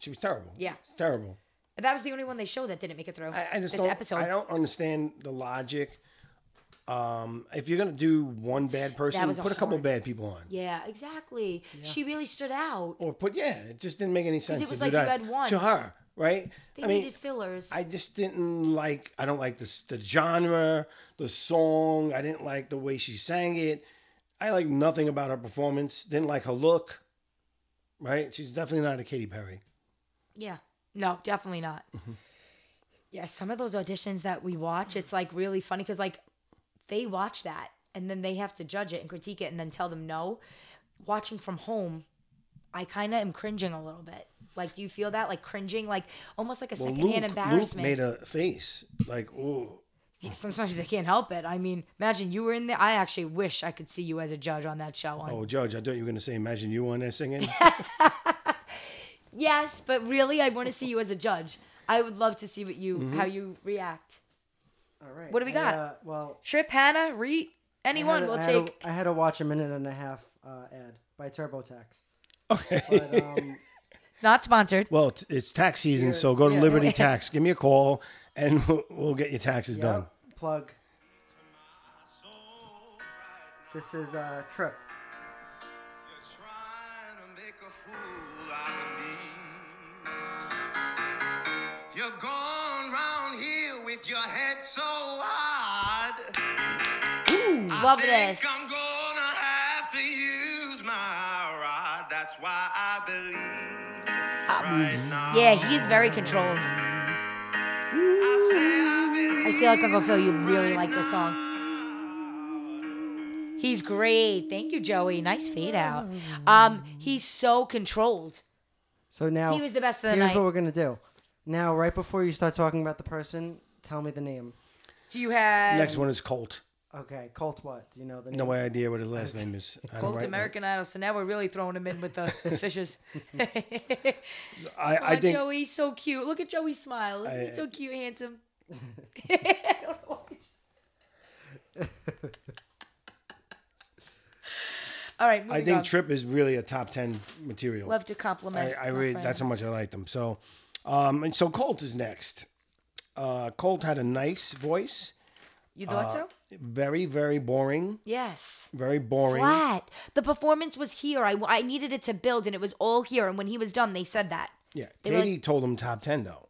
[SPEAKER 1] she was terrible.
[SPEAKER 2] Yeah.
[SPEAKER 1] It's terrible.
[SPEAKER 2] But that was the only one they showed that didn't make it through.
[SPEAKER 1] I, I just
[SPEAKER 2] this
[SPEAKER 1] don't.
[SPEAKER 2] episode.
[SPEAKER 1] I don't understand the logic. Um, if you're gonna do one bad person,
[SPEAKER 2] was a
[SPEAKER 1] put a couple
[SPEAKER 2] hard-
[SPEAKER 1] bad people on,
[SPEAKER 2] yeah, exactly. She really stood out.
[SPEAKER 1] or put yeah, it just didn't make any sense.
[SPEAKER 2] was
[SPEAKER 1] to
[SPEAKER 2] like
[SPEAKER 1] do
[SPEAKER 2] you
[SPEAKER 1] that
[SPEAKER 2] had one.
[SPEAKER 1] to her, right?
[SPEAKER 2] They
[SPEAKER 1] I mean,
[SPEAKER 2] needed fillers.
[SPEAKER 1] I just didn't like. I don't like this the genre, the song. I didn't like the way she sang it. I like nothing about her performance. Didn't like her look. Right? She's definitely not a Katy Perry.
[SPEAKER 2] Yeah. No, definitely not.
[SPEAKER 1] Mm-hmm.
[SPEAKER 2] Yeah, some of those auditions that we watch, it's like really funny because like they watch that and then they have to judge it and critique it and then tell them no. Watching from home, I kind of am cringing a little bit. Like, do you feel that? Like cringing, like almost like a
[SPEAKER 1] Well, Luke,
[SPEAKER 2] secondhand
[SPEAKER 1] Luke
[SPEAKER 2] embarrassment.
[SPEAKER 1] made a face like, "Ooh,
[SPEAKER 2] Yeah, Sometimes they can't help it. I mean, imagine you were in there. I actually wish I could see you as a judge on that show. On
[SPEAKER 1] oh, Judge, I thought you were gonna say, imagine you on there singing."
[SPEAKER 2] yes, but really, I want to see you as a judge. I would love to see what you how you react.
[SPEAKER 3] All right.
[SPEAKER 2] What do we
[SPEAKER 3] I,
[SPEAKER 2] got?
[SPEAKER 3] uh, well,
[SPEAKER 2] Trip, Hannah, Reet,
[SPEAKER 3] I
[SPEAKER 2] anyone
[SPEAKER 3] had-
[SPEAKER 2] will
[SPEAKER 3] I had
[SPEAKER 2] take.
[SPEAKER 3] A, I had to watch a minute and a half uh, ad by TurboTax.
[SPEAKER 1] okay.
[SPEAKER 3] But, um,
[SPEAKER 2] Not sponsored.
[SPEAKER 1] Well, it's- it's tax season, so go to
[SPEAKER 3] yeah.
[SPEAKER 1] Liberty Tax. Give me a call, and we'll, we'll get your taxes
[SPEAKER 3] yeah,
[SPEAKER 1] done.
[SPEAKER 3] plug. This is uh, Trip.
[SPEAKER 4] You're trying to make a fool out of me. You're going round here with your head so hard.
[SPEAKER 2] Love
[SPEAKER 4] Think
[SPEAKER 2] this.
[SPEAKER 4] I'm gonna have to use my rod. That's why I believe
[SPEAKER 2] Ah.
[SPEAKER 4] right now.
[SPEAKER 2] Yeah, he's very controlled.
[SPEAKER 4] I say I believe.
[SPEAKER 2] I feel like Uncle Phil, you really like this song. He's great. Thank you, Joey. Nice fade out. Um, he's so controlled.
[SPEAKER 3] So now
[SPEAKER 2] He was the best of the
[SPEAKER 3] here's
[SPEAKER 2] night.
[SPEAKER 3] what we're gonna do. Now, right before you start talking about the person, tell me the name.
[SPEAKER 2] Do you have
[SPEAKER 1] Next one is Colt.
[SPEAKER 3] Okay, Colt. What? Do you know the name?
[SPEAKER 1] No idea what his last name is. I don't
[SPEAKER 2] Cold
[SPEAKER 1] write-
[SPEAKER 2] American Idol? So now we're really throwing him in with the fishes.
[SPEAKER 1] I, I
[SPEAKER 2] Oh,
[SPEAKER 1] think
[SPEAKER 2] Joey's so cute. Look at Joey smile. Look, he's so cute, handsome. I don't know why. I just- All right, moving
[SPEAKER 1] I think
[SPEAKER 2] on.
[SPEAKER 1] Trip is really a top ten material.
[SPEAKER 2] Love to compliment.
[SPEAKER 1] I, I
[SPEAKER 2] my
[SPEAKER 1] really
[SPEAKER 2] friends.
[SPEAKER 1] that's how much I like them. So, um, and so Colt is next. Uh, Colt had a nice voice,
[SPEAKER 2] You thought so?
[SPEAKER 1] very very boring,
[SPEAKER 2] Yes.
[SPEAKER 1] very boring.
[SPEAKER 2] Flat. The performance was here. I, I needed it to build, and it was all here. And when he was done, they said that.
[SPEAKER 1] Yeah,
[SPEAKER 2] They were
[SPEAKER 1] Katie told him top ten though.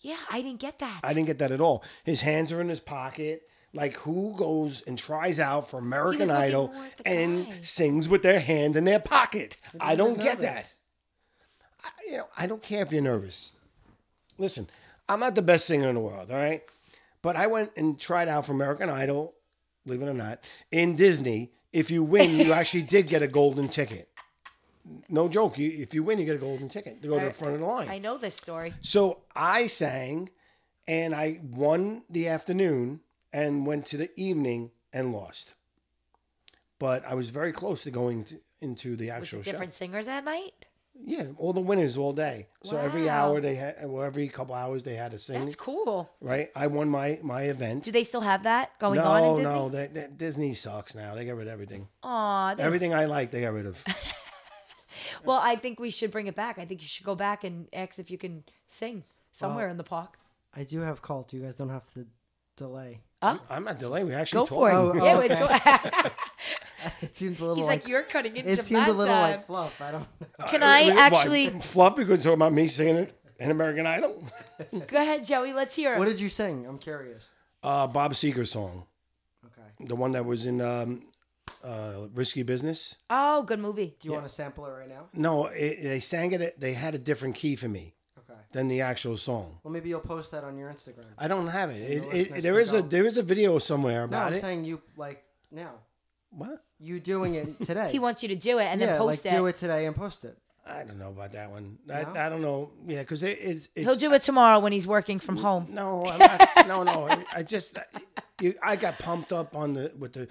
[SPEAKER 2] Yeah, I didn't get that.
[SPEAKER 1] I didn't get that at all. His hands are in his pocket. Like who goes and tries out for American
[SPEAKER 2] looking
[SPEAKER 1] Idol
[SPEAKER 2] more at the
[SPEAKER 1] and
[SPEAKER 2] guy.
[SPEAKER 1] sings with their hand in their pocket? I
[SPEAKER 3] He was
[SPEAKER 1] don't get that.
[SPEAKER 3] nervous.
[SPEAKER 1] I- You don't, I don't care if you're nervous. Listen, I'm not the best singer in the world, all right? But I went and tried out for American Idol, believe it or not, in Disney. If you win, you actually did get a golden ticket. No joke. You, if you win, you get a golden ticket to go to the front of the line.
[SPEAKER 2] I know this story.
[SPEAKER 1] So I sang and I won the afternoon and went to the evening and lost. But I was very close to going to, into the
[SPEAKER 2] Was
[SPEAKER 1] actual
[SPEAKER 2] it
[SPEAKER 1] show.
[SPEAKER 2] different singers that night?
[SPEAKER 1] Yeah, all the winners all day. So every
[SPEAKER 2] Wow.
[SPEAKER 1] hour they had, well, every couple hours they had a sing.
[SPEAKER 2] That's cool.
[SPEAKER 1] Right? I won my my event.
[SPEAKER 2] Do they still have that going
[SPEAKER 1] no,
[SPEAKER 2] on in Disney?
[SPEAKER 1] no, they, they- Disney sucks now. They got rid of everything.
[SPEAKER 2] Aw, they-
[SPEAKER 1] Everything I like, they got rid of.
[SPEAKER 2] well, I think we should bring it back. I think you should go back and ask if you can sing somewhere in the park.
[SPEAKER 3] I do have cult. You guys don't have to delay.
[SPEAKER 1] I'm not delaying. We actually
[SPEAKER 2] Go
[SPEAKER 1] talked.
[SPEAKER 2] for it.
[SPEAKER 3] Oh,
[SPEAKER 2] yeah,
[SPEAKER 3] oh,
[SPEAKER 2] it's-
[SPEAKER 3] It seemed a little
[SPEAKER 2] he's like,
[SPEAKER 3] like,
[SPEAKER 2] you're cutting into
[SPEAKER 3] it seemed
[SPEAKER 2] my
[SPEAKER 3] a little
[SPEAKER 2] time.
[SPEAKER 3] like fluff. I don't. know.
[SPEAKER 2] can I
[SPEAKER 1] Why?
[SPEAKER 2] actually
[SPEAKER 1] Fluff, because talking about me singing it in American Idol.
[SPEAKER 2] go ahead, Joey? Let's hear. it.
[SPEAKER 3] What did you sing? I'm curious.
[SPEAKER 1] Uh, Bob Seger song.
[SPEAKER 3] Okay.
[SPEAKER 1] the one that was in um, uh, Risky Business.
[SPEAKER 2] oh, good movie.
[SPEAKER 3] Do you want to sample it right now?
[SPEAKER 1] No, it, they sang it. They had a different key for me
[SPEAKER 3] Okay.
[SPEAKER 1] than the actual song.
[SPEAKER 3] Well, maybe you'll post that on your Instagram.
[SPEAKER 1] I don't have it.
[SPEAKER 3] the
[SPEAKER 1] it,
[SPEAKER 3] listeners
[SPEAKER 1] it there
[SPEAKER 3] can
[SPEAKER 1] is a
[SPEAKER 3] go.
[SPEAKER 1] there is a video somewhere
[SPEAKER 3] No,
[SPEAKER 1] about
[SPEAKER 3] I'm
[SPEAKER 1] it.
[SPEAKER 3] saying you like now.
[SPEAKER 1] what?
[SPEAKER 3] You doing it today?
[SPEAKER 2] He wants you to do it and
[SPEAKER 3] yeah,
[SPEAKER 2] then post
[SPEAKER 3] like
[SPEAKER 2] it.
[SPEAKER 3] do it today and post it.
[SPEAKER 1] I don't know about that one. I,
[SPEAKER 3] No?
[SPEAKER 1] I don't know. Yeah, because it, it, it's
[SPEAKER 2] He'll do it tomorrow when he's working from home.
[SPEAKER 1] No, I'm not, no, no. I, I just you, I got pumped up on the with the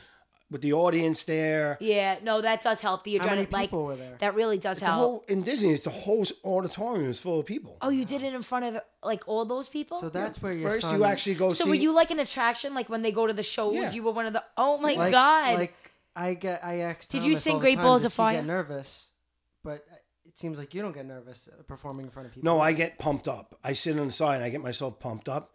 [SPEAKER 1] with the audience there.
[SPEAKER 2] Yeah, no, that does help. The
[SPEAKER 3] How many
[SPEAKER 2] adrenaline, like
[SPEAKER 3] people were there?
[SPEAKER 2] that, really does
[SPEAKER 1] The
[SPEAKER 2] help.
[SPEAKER 1] whole in Disney, it's the whole auditorium is full of people.
[SPEAKER 2] oh, you did it in front of like all those people.
[SPEAKER 3] So that's where your
[SPEAKER 1] First,
[SPEAKER 3] son,
[SPEAKER 1] you actually go
[SPEAKER 2] So
[SPEAKER 1] see.
[SPEAKER 2] were you like an attraction? Like when they go to the shows,
[SPEAKER 1] Yeah.
[SPEAKER 2] you were one of the. Oh my
[SPEAKER 3] like,
[SPEAKER 2] god!
[SPEAKER 3] Like I get, I asked.
[SPEAKER 2] Did you
[SPEAKER 3] Thomas
[SPEAKER 2] sing
[SPEAKER 3] all the
[SPEAKER 2] Great
[SPEAKER 3] time,
[SPEAKER 2] Balls
[SPEAKER 3] does
[SPEAKER 2] of
[SPEAKER 3] he
[SPEAKER 2] Fire?
[SPEAKER 3] Get nervous, but it seems like you don't get nervous uh, performing in front of people.
[SPEAKER 1] No, I get pumped up. I sit on the side and I get myself pumped up.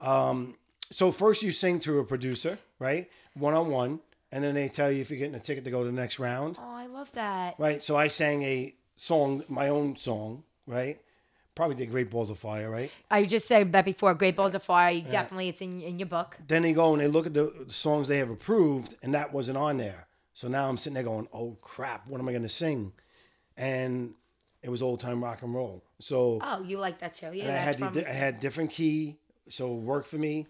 [SPEAKER 1] Um, so first you sing to a producer, right? One on one, and then they tell you if you're getting a ticket to go to the next round,
[SPEAKER 2] oh, I love that.
[SPEAKER 1] right? So I sang a song, my own song, right? Probably did Great Balls of Fire, right?
[SPEAKER 2] I just said that before. Great Balls of Fire. You definitely, it's in in your book.
[SPEAKER 1] Then they go and they look at the songs they have approved, and that wasn't on there. So now I'm sitting there going, "Oh crap, what am I going to sing?" And it was old time rock and roll. So
[SPEAKER 2] Oh, you like that show? Yeah,
[SPEAKER 1] and I
[SPEAKER 2] that's
[SPEAKER 1] had the,
[SPEAKER 2] from.
[SPEAKER 1] di- I had different key, so it worked for me.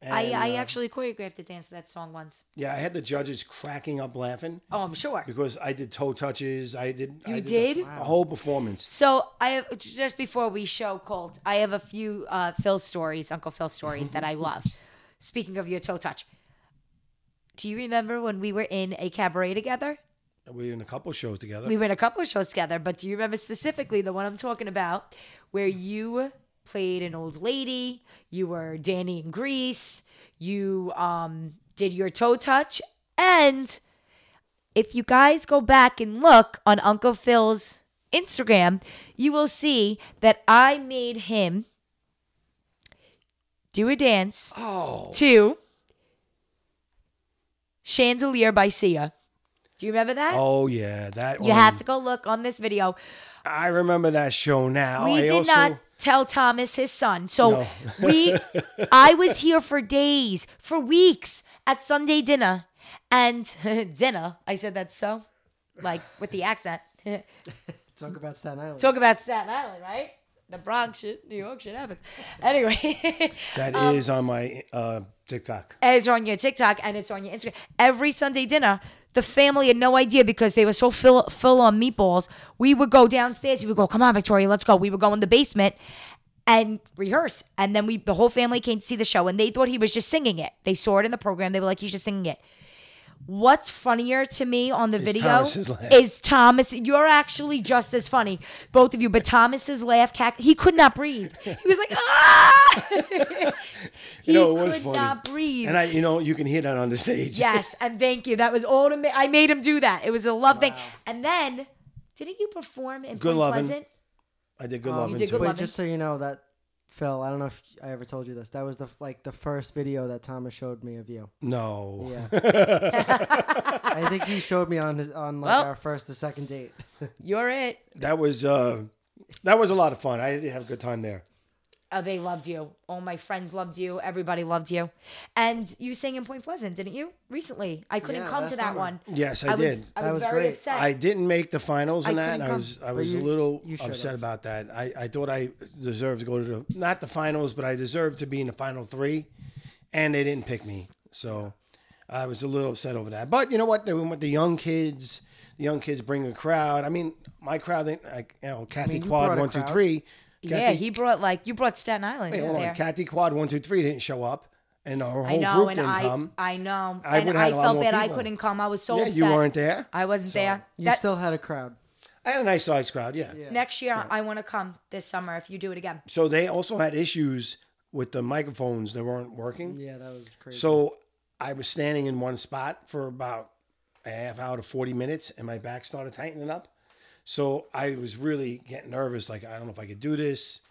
[SPEAKER 1] And,
[SPEAKER 2] I, I
[SPEAKER 1] uh,
[SPEAKER 2] actually choreographed a dance to that song once.
[SPEAKER 1] yeah, I had the judges cracking up laughing
[SPEAKER 2] Oh, I'm sure.
[SPEAKER 1] because I did toe touches. I did.
[SPEAKER 2] You
[SPEAKER 1] I
[SPEAKER 2] did?
[SPEAKER 1] a, a whole performance.
[SPEAKER 2] So I have just before we show Colt, I have a few uh, Phil stories, Uncle Phil stories that I love. Speaking of your toe touch, do you remember when we were in a cabaret together?
[SPEAKER 1] We were in a couple shows together.
[SPEAKER 2] We were in a couple of shows together, but do you remember specifically the one I'm talking about where you played an old lady? You were Danny in Greece. You um, did your toe touch. And if you guys go back and look on Uncle Phil's Instagram, you will see that I made him do a dance
[SPEAKER 1] oh,
[SPEAKER 2] to Chandelier by Sia. Do you remember that?
[SPEAKER 1] oh yeah, that.
[SPEAKER 2] You have to go look on this video.
[SPEAKER 1] I remember that show now.
[SPEAKER 2] we
[SPEAKER 1] Oh, I
[SPEAKER 2] did
[SPEAKER 1] also,
[SPEAKER 2] not tell Thomas his son. So
[SPEAKER 1] No.
[SPEAKER 2] we I was here for days, for weeks at Sunday dinner. And dinner, I said that so like with the accent.
[SPEAKER 3] talk about Staten Island.
[SPEAKER 2] Talk about Staten Island, right? The Bronx shit, New York shit happens. Anyway,
[SPEAKER 1] That is
[SPEAKER 2] um,
[SPEAKER 1] on my uh, TikTok.
[SPEAKER 2] And it's on your TikTok and it's on your Instagram. Every Sunday dinner, the family had no idea because they were so full, full on meatballs. We would go downstairs. We would go, come on, Victoria, let's go. We would go in the basement and rehearse. And then we, the whole family came to see the show and they thought he was just singing it. They saw it in the program. They were like, he's just singing it. What's funnier to me on the video
[SPEAKER 1] Thomas's laugh.
[SPEAKER 2] is Thomas. You're actually just as funny, both of you. But Thomas's laugh, cac- he could not breathe. He was like, ah! he
[SPEAKER 1] know, it was
[SPEAKER 2] could
[SPEAKER 1] funny.
[SPEAKER 2] not breathe.
[SPEAKER 1] And I, you know, you can hear that on the stage.
[SPEAKER 2] Yes, and thank you. That was all to me. I made him do that. It was a love thing. And then, didn't you perform in
[SPEAKER 1] Good
[SPEAKER 2] Point
[SPEAKER 1] Lovin'.
[SPEAKER 2] Pleasant?
[SPEAKER 1] I did good
[SPEAKER 3] Um,
[SPEAKER 1] loving
[SPEAKER 2] Oh, You did
[SPEAKER 1] too.
[SPEAKER 2] good
[SPEAKER 3] Wait,
[SPEAKER 2] loving.
[SPEAKER 3] just so you know that Phil, I don't know if I ever told you this. That was the like the first video that Thomas showed me of you.
[SPEAKER 1] no.
[SPEAKER 3] Yeah. I think he showed me on his on like
[SPEAKER 2] Well-
[SPEAKER 3] our first or second date.
[SPEAKER 2] You're it.
[SPEAKER 1] That was uh, that was a lot of fun. I did have a good time there.
[SPEAKER 2] Oh, they loved you. All my friends loved you. Everybody loved you. And you sang in Point Pleasant, didn't you? Recently. I couldn't
[SPEAKER 3] Yeah,
[SPEAKER 2] come
[SPEAKER 3] last
[SPEAKER 2] to that
[SPEAKER 3] summer.
[SPEAKER 2] one.
[SPEAKER 1] Yes, I,
[SPEAKER 2] I
[SPEAKER 1] did.
[SPEAKER 2] was I
[SPEAKER 3] That
[SPEAKER 2] was,
[SPEAKER 3] was
[SPEAKER 2] very
[SPEAKER 3] great.
[SPEAKER 2] upset.
[SPEAKER 1] I didn't make the finals in
[SPEAKER 2] I
[SPEAKER 1] that. And
[SPEAKER 2] couldn't
[SPEAKER 1] I
[SPEAKER 2] come.
[SPEAKER 1] was I was a
[SPEAKER 3] you-
[SPEAKER 1] little
[SPEAKER 3] you should've.
[SPEAKER 1] upset about that. I, I thought I deserved to go to the, not the finals, but I deserved to be in the final three, and they didn't pick me. So I was a little upset over that. But you know what? They went with the young kids. The young kids bring a crowd. I mean, my crowd. they- Like you know, Kathy
[SPEAKER 3] you
[SPEAKER 1] Quad
[SPEAKER 3] brought a
[SPEAKER 1] one two
[SPEAKER 3] crowd.
[SPEAKER 1] three.
[SPEAKER 2] yeah,
[SPEAKER 1] Kathy-
[SPEAKER 2] he brought like you brought Staten Island
[SPEAKER 1] Wait, hold on.
[SPEAKER 2] there.
[SPEAKER 1] Kathy Quad one two three didn't show up, and our
[SPEAKER 2] I
[SPEAKER 1] whole
[SPEAKER 2] know,
[SPEAKER 1] group
[SPEAKER 2] and
[SPEAKER 1] didn't
[SPEAKER 2] I
[SPEAKER 1] come.
[SPEAKER 2] I know,
[SPEAKER 1] I
[SPEAKER 2] and
[SPEAKER 1] would've had
[SPEAKER 2] I
[SPEAKER 1] a lot
[SPEAKER 2] felt
[SPEAKER 1] more
[SPEAKER 2] bad I
[SPEAKER 1] people.
[SPEAKER 2] couldn't come. I was so
[SPEAKER 1] yeah,
[SPEAKER 2] upset.
[SPEAKER 1] you weren't there.
[SPEAKER 2] I wasn't there.
[SPEAKER 3] You
[SPEAKER 2] That-
[SPEAKER 3] still had a crowd.
[SPEAKER 1] I had a nice size crowd.
[SPEAKER 3] Yeah.
[SPEAKER 2] next year, I want to come this summer if you do it again.
[SPEAKER 1] So they also had issues with the microphones that weren't working.
[SPEAKER 3] Yeah, that was crazy.
[SPEAKER 1] So I was standing in one spot for about a half hour to 40 minutes and my back started tightening up. So I was really getting nervous. Like, I don't know if I could do this.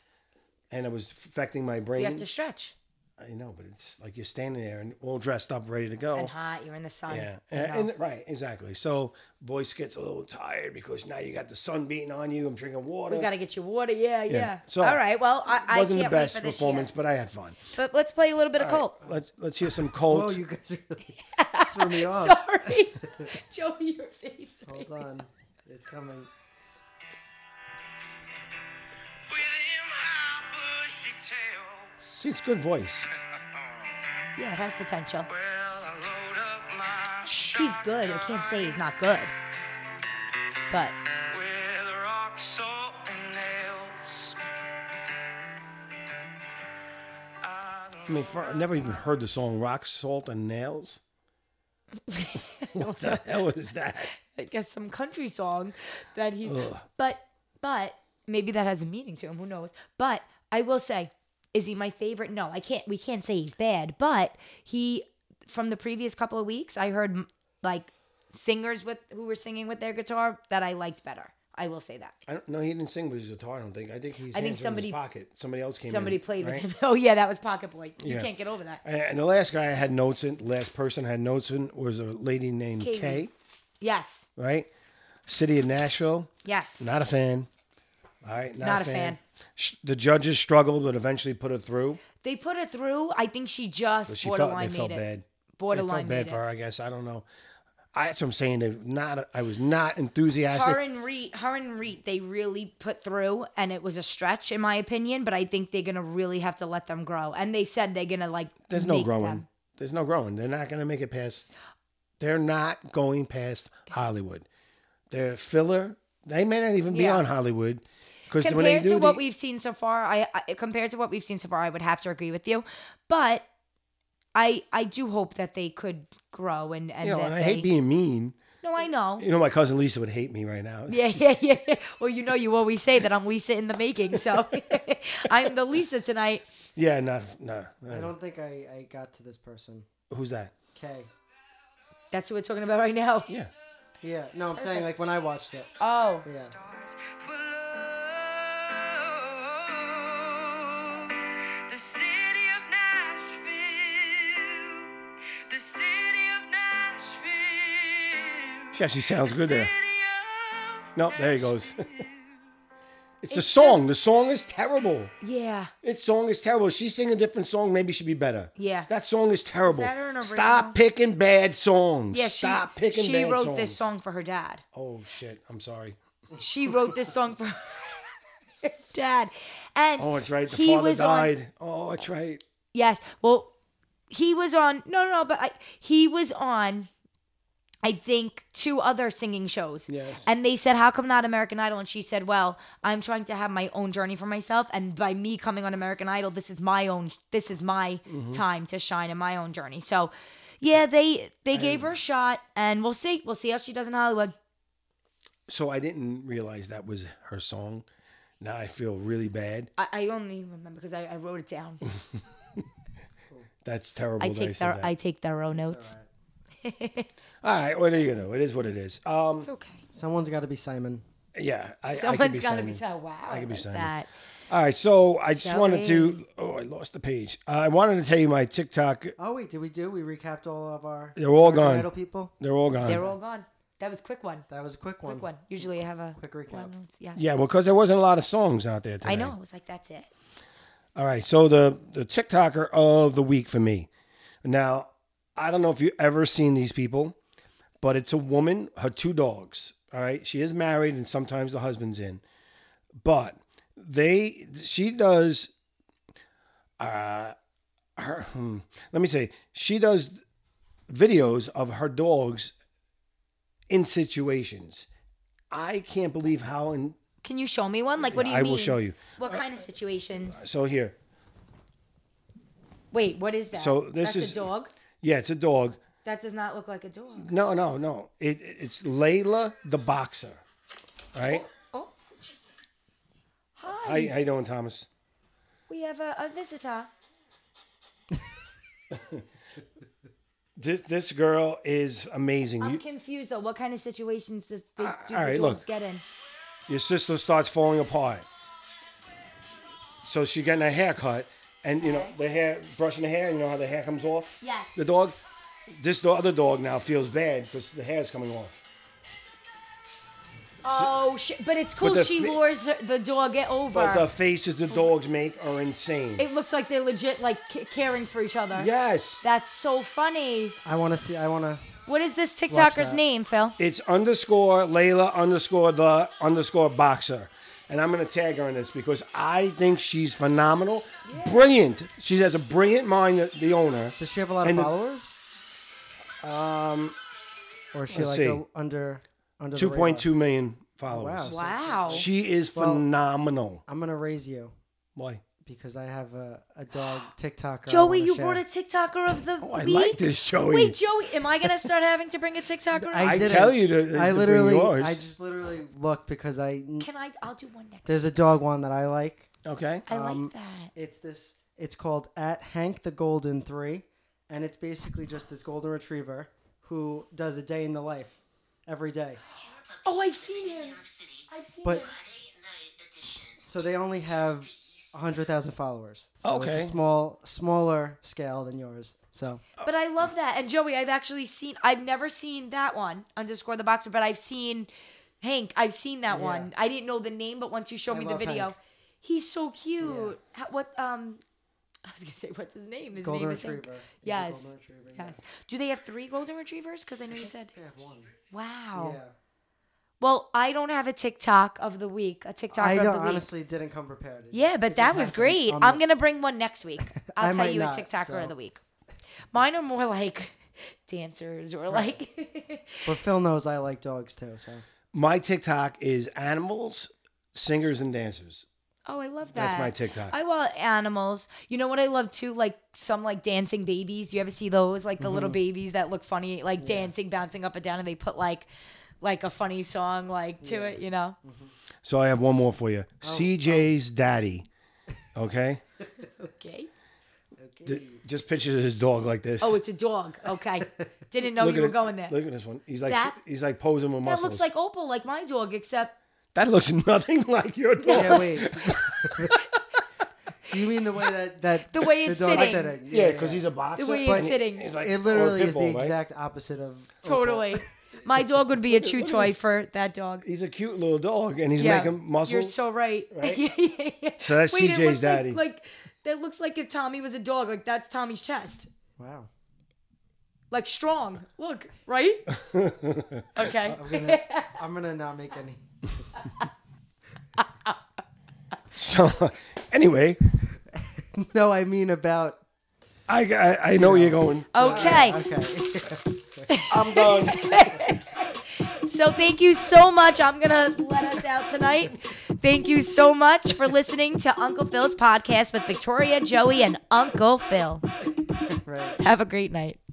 [SPEAKER 1] And it was affecting my brain.
[SPEAKER 2] You have to stretch.
[SPEAKER 1] I know, but it's like you're standing there and all dressed up, ready to go.
[SPEAKER 2] And hot, you're in the sun.
[SPEAKER 1] Yeah,
[SPEAKER 2] I
[SPEAKER 1] and-
[SPEAKER 2] know.
[SPEAKER 1] and- right, exactly. So voice gets a little tired because now you got the sun beating on you. I'm drinking water.
[SPEAKER 2] we gotta get you water. Yeah, yeah.
[SPEAKER 1] So,
[SPEAKER 2] all right. Well, I, I
[SPEAKER 1] wasn't the
[SPEAKER 2] can't
[SPEAKER 1] best
[SPEAKER 2] wait for this
[SPEAKER 1] performance,
[SPEAKER 2] Year.
[SPEAKER 1] but I had fun.
[SPEAKER 2] But let's play a little bit
[SPEAKER 1] All
[SPEAKER 2] of
[SPEAKER 1] right,
[SPEAKER 2] Colt.
[SPEAKER 1] let's let's hear some Colt.
[SPEAKER 3] Whoa, you guys really threw me off.
[SPEAKER 2] Sorry, Joey, your face.
[SPEAKER 3] Hold on, it's coming.
[SPEAKER 4] With him high bushy tails.
[SPEAKER 1] See, it's good voice.
[SPEAKER 2] Yeah, it has potential.
[SPEAKER 4] Well, I load up my
[SPEAKER 2] He's good. I can't say he's not good, but
[SPEAKER 4] shotgun With rock, salt, and nails. I
[SPEAKER 1] I mean, for, I never even heard the song "Rock, Salt, and Nails." what the hell is that?
[SPEAKER 2] I guess some country song that he's but but maybe that has a meaning to him who knows but I will say is he my favorite no I can't we can't say he's bad but he from the previous couple of weeks I heard m- like singers with who were singing with their guitar that I liked better I will say that
[SPEAKER 1] I don't know. He didn't sing with his guitar. I don't think. I think he's.
[SPEAKER 2] I think
[SPEAKER 1] in
[SPEAKER 2] somebody-
[SPEAKER 1] his pocket. Somebody else came.
[SPEAKER 2] somebody
[SPEAKER 1] in,
[SPEAKER 2] played
[SPEAKER 1] right?
[SPEAKER 2] with him oh yeah that was Pocket Boy you
[SPEAKER 1] Yeah.
[SPEAKER 2] can't get over that
[SPEAKER 1] And the last guy I had notes in, last person I had notes in was a lady named
[SPEAKER 2] Katie.
[SPEAKER 1] Kay,
[SPEAKER 2] yes
[SPEAKER 1] right? City of Nashville.
[SPEAKER 2] yes
[SPEAKER 1] Not a fan. All right, not,
[SPEAKER 2] Not
[SPEAKER 1] a
[SPEAKER 2] a
[SPEAKER 1] fan.
[SPEAKER 2] fan.
[SPEAKER 1] Sh- The judges struggled, but eventually put her through.
[SPEAKER 2] they put her through I think she just
[SPEAKER 1] But she felt
[SPEAKER 2] borderline
[SPEAKER 1] they felt
[SPEAKER 2] made it
[SPEAKER 1] bad.
[SPEAKER 2] borderline
[SPEAKER 1] they felt
[SPEAKER 2] made
[SPEAKER 1] bad
[SPEAKER 2] it.
[SPEAKER 1] for her. I guess I don't know. I, that's what I'm saying. They not. I was not enthusiastic.
[SPEAKER 2] her and Reet, her and Reet, they really put through, and it was a stretch in my opinion. But I think they're gonna really have to let them grow, and they said they're gonna like.
[SPEAKER 1] There's no
[SPEAKER 2] make
[SPEAKER 1] growing.
[SPEAKER 2] them.
[SPEAKER 1] There's no growing. They're not going to make it past. They're not going past Hollywood. They're filler. They may not even be
[SPEAKER 2] Yeah.
[SPEAKER 1] on Hollywood because when they
[SPEAKER 2] Compared
[SPEAKER 1] do
[SPEAKER 2] to what
[SPEAKER 1] the-
[SPEAKER 2] we've seen so far, I, I compared to what we've seen so far, I would have to agree with you. But I I do hope that they could grow and and,
[SPEAKER 1] you know,
[SPEAKER 2] that
[SPEAKER 1] and I
[SPEAKER 2] they,
[SPEAKER 1] hate being mean.
[SPEAKER 2] No, I know.
[SPEAKER 1] You know, my cousin Lisa would hate me right now.
[SPEAKER 2] Yeah, yeah, yeah. Well, you know, you always say that I'm Lisa in the making, so I'm the Lisa tonight.
[SPEAKER 1] yeah, not no.
[SPEAKER 3] I don't think I, I got to this person.
[SPEAKER 1] Who's that?
[SPEAKER 3] Kay.
[SPEAKER 2] That's who we're talking about right now.
[SPEAKER 1] Yeah,
[SPEAKER 3] Yeah, no, I'm saying like when I watched it.
[SPEAKER 2] Oh,
[SPEAKER 3] Yeah.
[SPEAKER 4] stars for love. The city of Nashville. The city of Nashville.
[SPEAKER 1] she actually sounds good there.
[SPEAKER 4] City of
[SPEAKER 1] No, there he goes. it's the
[SPEAKER 2] It's
[SPEAKER 1] song.
[SPEAKER 2] just-
[SPEAKER 1] The song is terrible.
[SPEAKER 2] yeah.
[SPEAKER 1] Its song is terrible. She's singing a different song. Maybe she'd be better.
[SPEAKER 2] Yeah.
[SPEAKER 1] That song is terrible.
[SPEAKER 2] Is that an original?
[SPEAKER 1] Stop picking bad songs.
[SPEAKER 2] Yeah, she,
[SPEAKER 1] Stop picking
[SPEAKER 2] she
[SPEAKER 1] bad
[SPEAKER 2] wrote
[SPEAKER 1] songs.
[SPEAKER 2] this song for her dad.
[SPEAKER 1] Oh, shit. I'm sorry.
[SPEAKER 2] She wrote this song for her dad. And
[SPEAKER 1] Oh, it's right. The
[SPEAKER 2] he
[SPEAKER 1] father
[SPEAKER 2] was on
[SPEAKER 1] died. Oh, it's right.
[SPEAKER 2] Yes. Well, he was on no no no, but I, he was on I think two other singing shows.
[SPEAKER 1] Yes.
[SPEAKER 2] And they said, How come not American Idol? And she said, Well, I'm trying to have my own journey for myself. And by me coming on American Idol, this is my own this is my
[SPEAKER 1] Mm-hmm.
[SPEAKER 2] time to shine in my own journey. So yeah, they they gave her a shot and we'll see. We'll see how she does in Hollywood.
[SPEAKER 1] So I didn't realize that was her song. Now I feel really bad.
[SPEAKER 2] I, I only remember because I, I wrote it down.
[SPEAKER 1] That's terrible.
[SPEAKER 2] I
[SPEAKER 1] that
[SPEAKER 2] take
[SPEAKER 1] said
[SPEAKER 2] their
[SPEAKER 1] that.
[SPEAKER 2] I take their own notes.
[SPEAKER 3] All right.
[SPEAKER 1] All right. What are you gonna do? It is what it is. Um.
[SPEAKER 2] It's okay.
[SPEAKER 3] Someone's got to be Simon.
[SPEAKER 1] Yeah. I, I could
[SPEAKER 2] Someone's
[SPEAKER 1] be
[SPEAKER 2] got to be
[SPEAKER 1] signing.
[SPEAKER 2] so wow. I
[SPEAKER 1] could
[SPEAKER 2] could
[SPEAKER 1] be
[SPEAKER 2] be
[SPEAKER 1] signing.
[SPEAKER 2] that.
[SPEAKER 1] All right. So I just
[SPEAKER 2] Shall
[SPEAKER 1] wanted to. Oh, I lost the page. I wanted to tell you my TikTok.
[SPEAKER 3] Oh wait, did we do? We recapped all of our.
[SPEAKER 1] They're all
[SPEAKER 3] our
[SPEAKER 1] gone.
[SPEAKER 3] Idol people.
[SPEAKER 1] They're all gone.
[SPEAKER 2] They're all gone. That was quick one.
[SPEAKER 3] That was a quick one.
[SPEAKER 1] Mm.
[SPEAKER 2] Quick one. Usually I have a
[SPEAKER 3] Quick recap.
[SPEAKER 2] one. Yeah.
[SPEAKER 1] Yeah, well, because there wasn't a lot of songs out there today.
[SPEAKER 2] I know. I was like, that's it.
[SPEAKER 1] All right. So the the TikToker of the week for me. Now, I don't know if you've ever seen these people, but it's a woman, her two dogs. All right. She is married and sometimes the husband's in. But they she does uh her hmm, let me say she does videos of her dogs in situations. I can't believe how in
[SPEAKER 2] Can you show me one? Like, what do you
[SPEAKER 1] I
[SPEAKER 2] mean?
[SPEAKER 1] will show you.
[SPEAKER 2] What kind of situations?
[SPEAKER 1] So here.
[SPEAKER 2] Wait, what is that?
[SPEAKER 1] so this
[SPEAKER 2] That's
[SPEAKER 1] is-
[SPEAKER 2] a dog.
[SPEAKER 1] Yeah, it's a dog.
[SPEAKER 2] That does not look like a dog.
[SPEAKER 1] No, no, no. It, it's Layla the boxer. Right?
[SPEAKER 2] Oh. Hi.
[SPEAKER 1] How, how you doing, Thomas?
[SPEAKER 2] we have a, a visitor.
[SPEAKER 1] This this girl is amazing.
[SPEAKER 2] I'm
[SPEAKER 1] You,
[SPEAKER 2] confused though. What kind of situations does the, do
[SPEAKER 1] Ah, all
[SPEAKER 2] the
[SPEAKER 1] right,
[SPEAKER 2] dogs
[SPEAKER 1] look.
[SPEAKER 2] get in?
[SPEAKER 1] your sister starts falling apart. So she getting a haircut, and you know the hair brushing the hair. You know how the hair comes off.
[SPEAKER 2] Yes.
[SPEAKER 1] The dog, this the other dog now feels bad because the hair's coming off.
[SPEAKER 2] Oh, sh- but it's cool.
[SPEAKER 1] the
[SPEAKER 2] she
[SPEAKER 1] fi-
[SPEAKER 2] lures her, the dog get over.
[SPEAKER 1] But the faces the dogs make are insane.
[SPEAKER 2] it looks like they're legit, like c- caring for each other.
[SPEAKER 1] yes,
[SPEAKER 2] That's so funny.
[SPEAKER 3] I want to see. I want to.
[SPEAKER 2] What is this
[SPEAKER 3] Watch
[SPEAKER 2] TikToker's
[SPEAKER 3] that.
[SPEAKER 2] name, Phil?
[SPEAKER 1] it's underscore Layla underscore the underscore boxer. And I'm gonna tag her in this because I think she's phenomenal, brilliant. She has a brilliant mind. the- The owner.
[SPEAKER 3] Does she have a lot of
[SPEAKER 1] And the-
[SPEAKER 3] followers? Um, or is she
[SPEAKER 1] Let's
[SPEAKER 3] like
[SPEAKER 1] see.
[SPEAKER 3] a, under under the
[SPEAKER 1] Two
[SPEAKER 3] radar?
[SPEAKER 1] point two million followers.
[SPEAKER 3] Wow.
[SPEAKER 2] Wow.
[SPEAKER 1] She is
[SPEAKER 3] Well-
[SPEAKER 1] phenomenal.
[SPEAKER 3] I'm gonna raise you
[SPEAKER 1] Why?
[SPEAKER 3] because I have a, a dog TikToker. I
[SPEAKER 2] Joey,
[SPEAKER 3] wanna
[SPEAKER 2] you
[SPEAKER 3] share.
[SPEAKER 2] brought a TikToker of the
[SPEAKER 1] Oh, I
[SPEAKER 2] week.
[SPEAKER 1] like this, Joey.
[SPEAKER 2] Wait, Joey, am I gonna start having to bring a TikToker?
[SPEAKER 3] I,
[SPEAKER 1] I
[SPEAKER 3] didn't.
[SPEAKER 1] tell you to- to
[SPEAKER 3] I
[SPEAKER 1] bring
[SPEAKER 3] literally.
[SPEAKER 1] yours.
[SPEAKER 3] I just literally looked because I.
[SPEAKER 2] Can I? I'll do one next.
[SPEAKER 3] There's a dog one that I like.
[SPEAKER 1] okay.
[SPEAKER 2] I
[SPEAKER 3] um,
[SPEAKER 2] like that.
[SPEAKER 3] It's this. It's called at Hank the Golden Three, and it's basically just this golden retriever who does a day in the life every day.
[SPEAKER 2] Oh, I've seen him.
[SPEAKER 5] City
[SPEAKER 2] I've seen
[SPEAKER 3] But
[SPEAKER 2] him.
[SPEAKER 5] Friday night edition.
[SPEAKER 3] so they only have hundred thousand followers. So
[SPEAKER 1] Okay.
[SPEAKER 3] It's a small, smaller scale than yours. So
[SPEAKER 2] But I love that. And Joey, I've actually seen. I've never seen that one underscore the boxer, but I've seen Hank. I've seen that one. I didn't know the name, but once you showed me the
[SPEAKER 3] love
[SPEAKER 2] video,
[SPEAKER 3] Hank.
[SPEAKER 2] he's so cute. How, what um. I was gonna say, what's his name? His
[SPEAKER 3] golden
[SPEAKER 2] name is Hank.
[SPEAKER 3] retriever. is a
[SPEAKER 2] Yes.
[SPEAKER 3] golden retriever, yeah.
[SPEAKER 2] Yes. Do they have three golden retrievers? Because I know you said.
[SPEAKER 3] They have one.
[SPEAKER 2] Wow.
[SPEAKER 3] Yeah.
[SPEAKER 2] Well, I don't have a TikTok of the week. A TikTok
[SPEAKER 3] I
[SPEAKER 2] of
[SPEAKER 3] don't
[SPEAKER 2] the week.
[SPEAKER 3] honestly didn't come prepared. It
[SPEAKER 2] Yeah,
[SPEAKER 3] just- it
[SPEAKER 2] but
[SPEAKER 3] just
[SPEAKER 2] that was
[SPEAKER 3] happened
[SPEAKER 2] great.
[SPEAKER 3] on
[SPEAKER 2] I'm
[SPEAKER 3] the-
[SPEAKER 2] gonna bring one next week.
[SPEAKER 3] I
[SPEAKER 2] I'll tell
[SPEAKER 3] might
[SPEAKER 2] you
[SPEAKER 3] not,
[SPEAKER 2] a TikToker
[SPEAKER 3] so-
[SPEAKER 2] of the week. Mine are more like dancers or like
[SPEAKER 3] But Phil knows I like dogs too, so
[SPEAKER 1] My TikTok is animals, singers, and dancers.
[SPEAKER 2] Oh, I love that.
[SPEAKER 1] That's my TikTok.
[SPEAKER 2] I love animals. You know what I love too? Like some like dancing babies. Do you ever see those? Like the little
[SPEAKER 1] Mm-hmm.
[SPEAKER 2] babies that look funny, like dancing, bouncing up and down, and they put like like a funny song like to it, you know?
[SPEAKER 1] So I have one more for you.
[SPEAKER 2] Oh,
[SPEAKER 1] CJ's daddy. Okay.
[SPEAKER 2] Okay.
[SPEAKER 1] D- just picture his dog like this.
[SPEAKER 2] Oh, it's a dog. Okay. Didn't know
[SPEAKER 1] look at
[SPEAKER 2] you were
[SPEAKER 1] this-
[SPEAKER 2] going there.
[SPEAKER 1] Look at this one. He's like
[SPEAKER 2] That-
[SPEAKER 1] he's like posing with
[SPEAKER 2] that
[SPEAKER 1] muscles.
[SPEAKER 2] looks like Opal, like my dog, except
[SPEAKER 1] that looks nothing like your dog.
[SPEAKER 3] yeah. Wait. you mean the way that that
[SPEAKER 2] The way it's
[SPEAKER 3] dog
[SPEAKER 2] sitting.
[SPEAKER 3] said it?
[SPEAKER 1] Yeah, because he's a boxer.
[SPEAKER 2] the way
[SPEAKER 3] But
[SPEAKER 2] it's sitting.
[SPEAKER 1] He's like,
[SPEAKER 3] It literally
[SPEAKER 1] or a pit
[SPEAKER 3] is
[SPEAKER 1] bull,
[SPEAKER 3] the
[SPEAKER 1] right?
[SPEAKER 3] exact opposite of
[SPEAKER 2] Totally. My dog would be a chew toy for that dog.
[SPEAKER 1] He's a cute little dog, and he's making muscles.
[SPEAKER 2] You're so right.
[SPEAKER 1] right?
[SPEAKER 2] Yeah, yeah, yeah.
[SPEAKER 1] So that's
[SPEAKER 2] Wait, it
[SPEAKER 1] CJ's
[SPEAKER 2] looks like-
[SPEAKER 1] daddy.
[SPEAKER 2] Like, that looks like if Tommy was a dog. Like that's Tommy's chest.
[SPEAKER 3] Wow.
[SPEAKER 2] Like strong. Look, right? okay.
[SPEAKER 3] I'm gonna not make any.
[SPEAKER 1] So, anyway,
[SPEAKER 3] No, I mean about.
[SPEAKER 1] I I, I know where you're going.
[SPEAKER 2] Okay.
[SPEAKER 3] Okay.
[SPEAKER 1] I'm done.
[SPEAKER 2] So thank you so much. I'm gonna let us out tonight. Thank you so much for listening to Uncle Phil's podcast with Victoria, Joey, and Uncle Phil.
[SPEAKER 3] right.
[SPEAKER 2] Have a great night.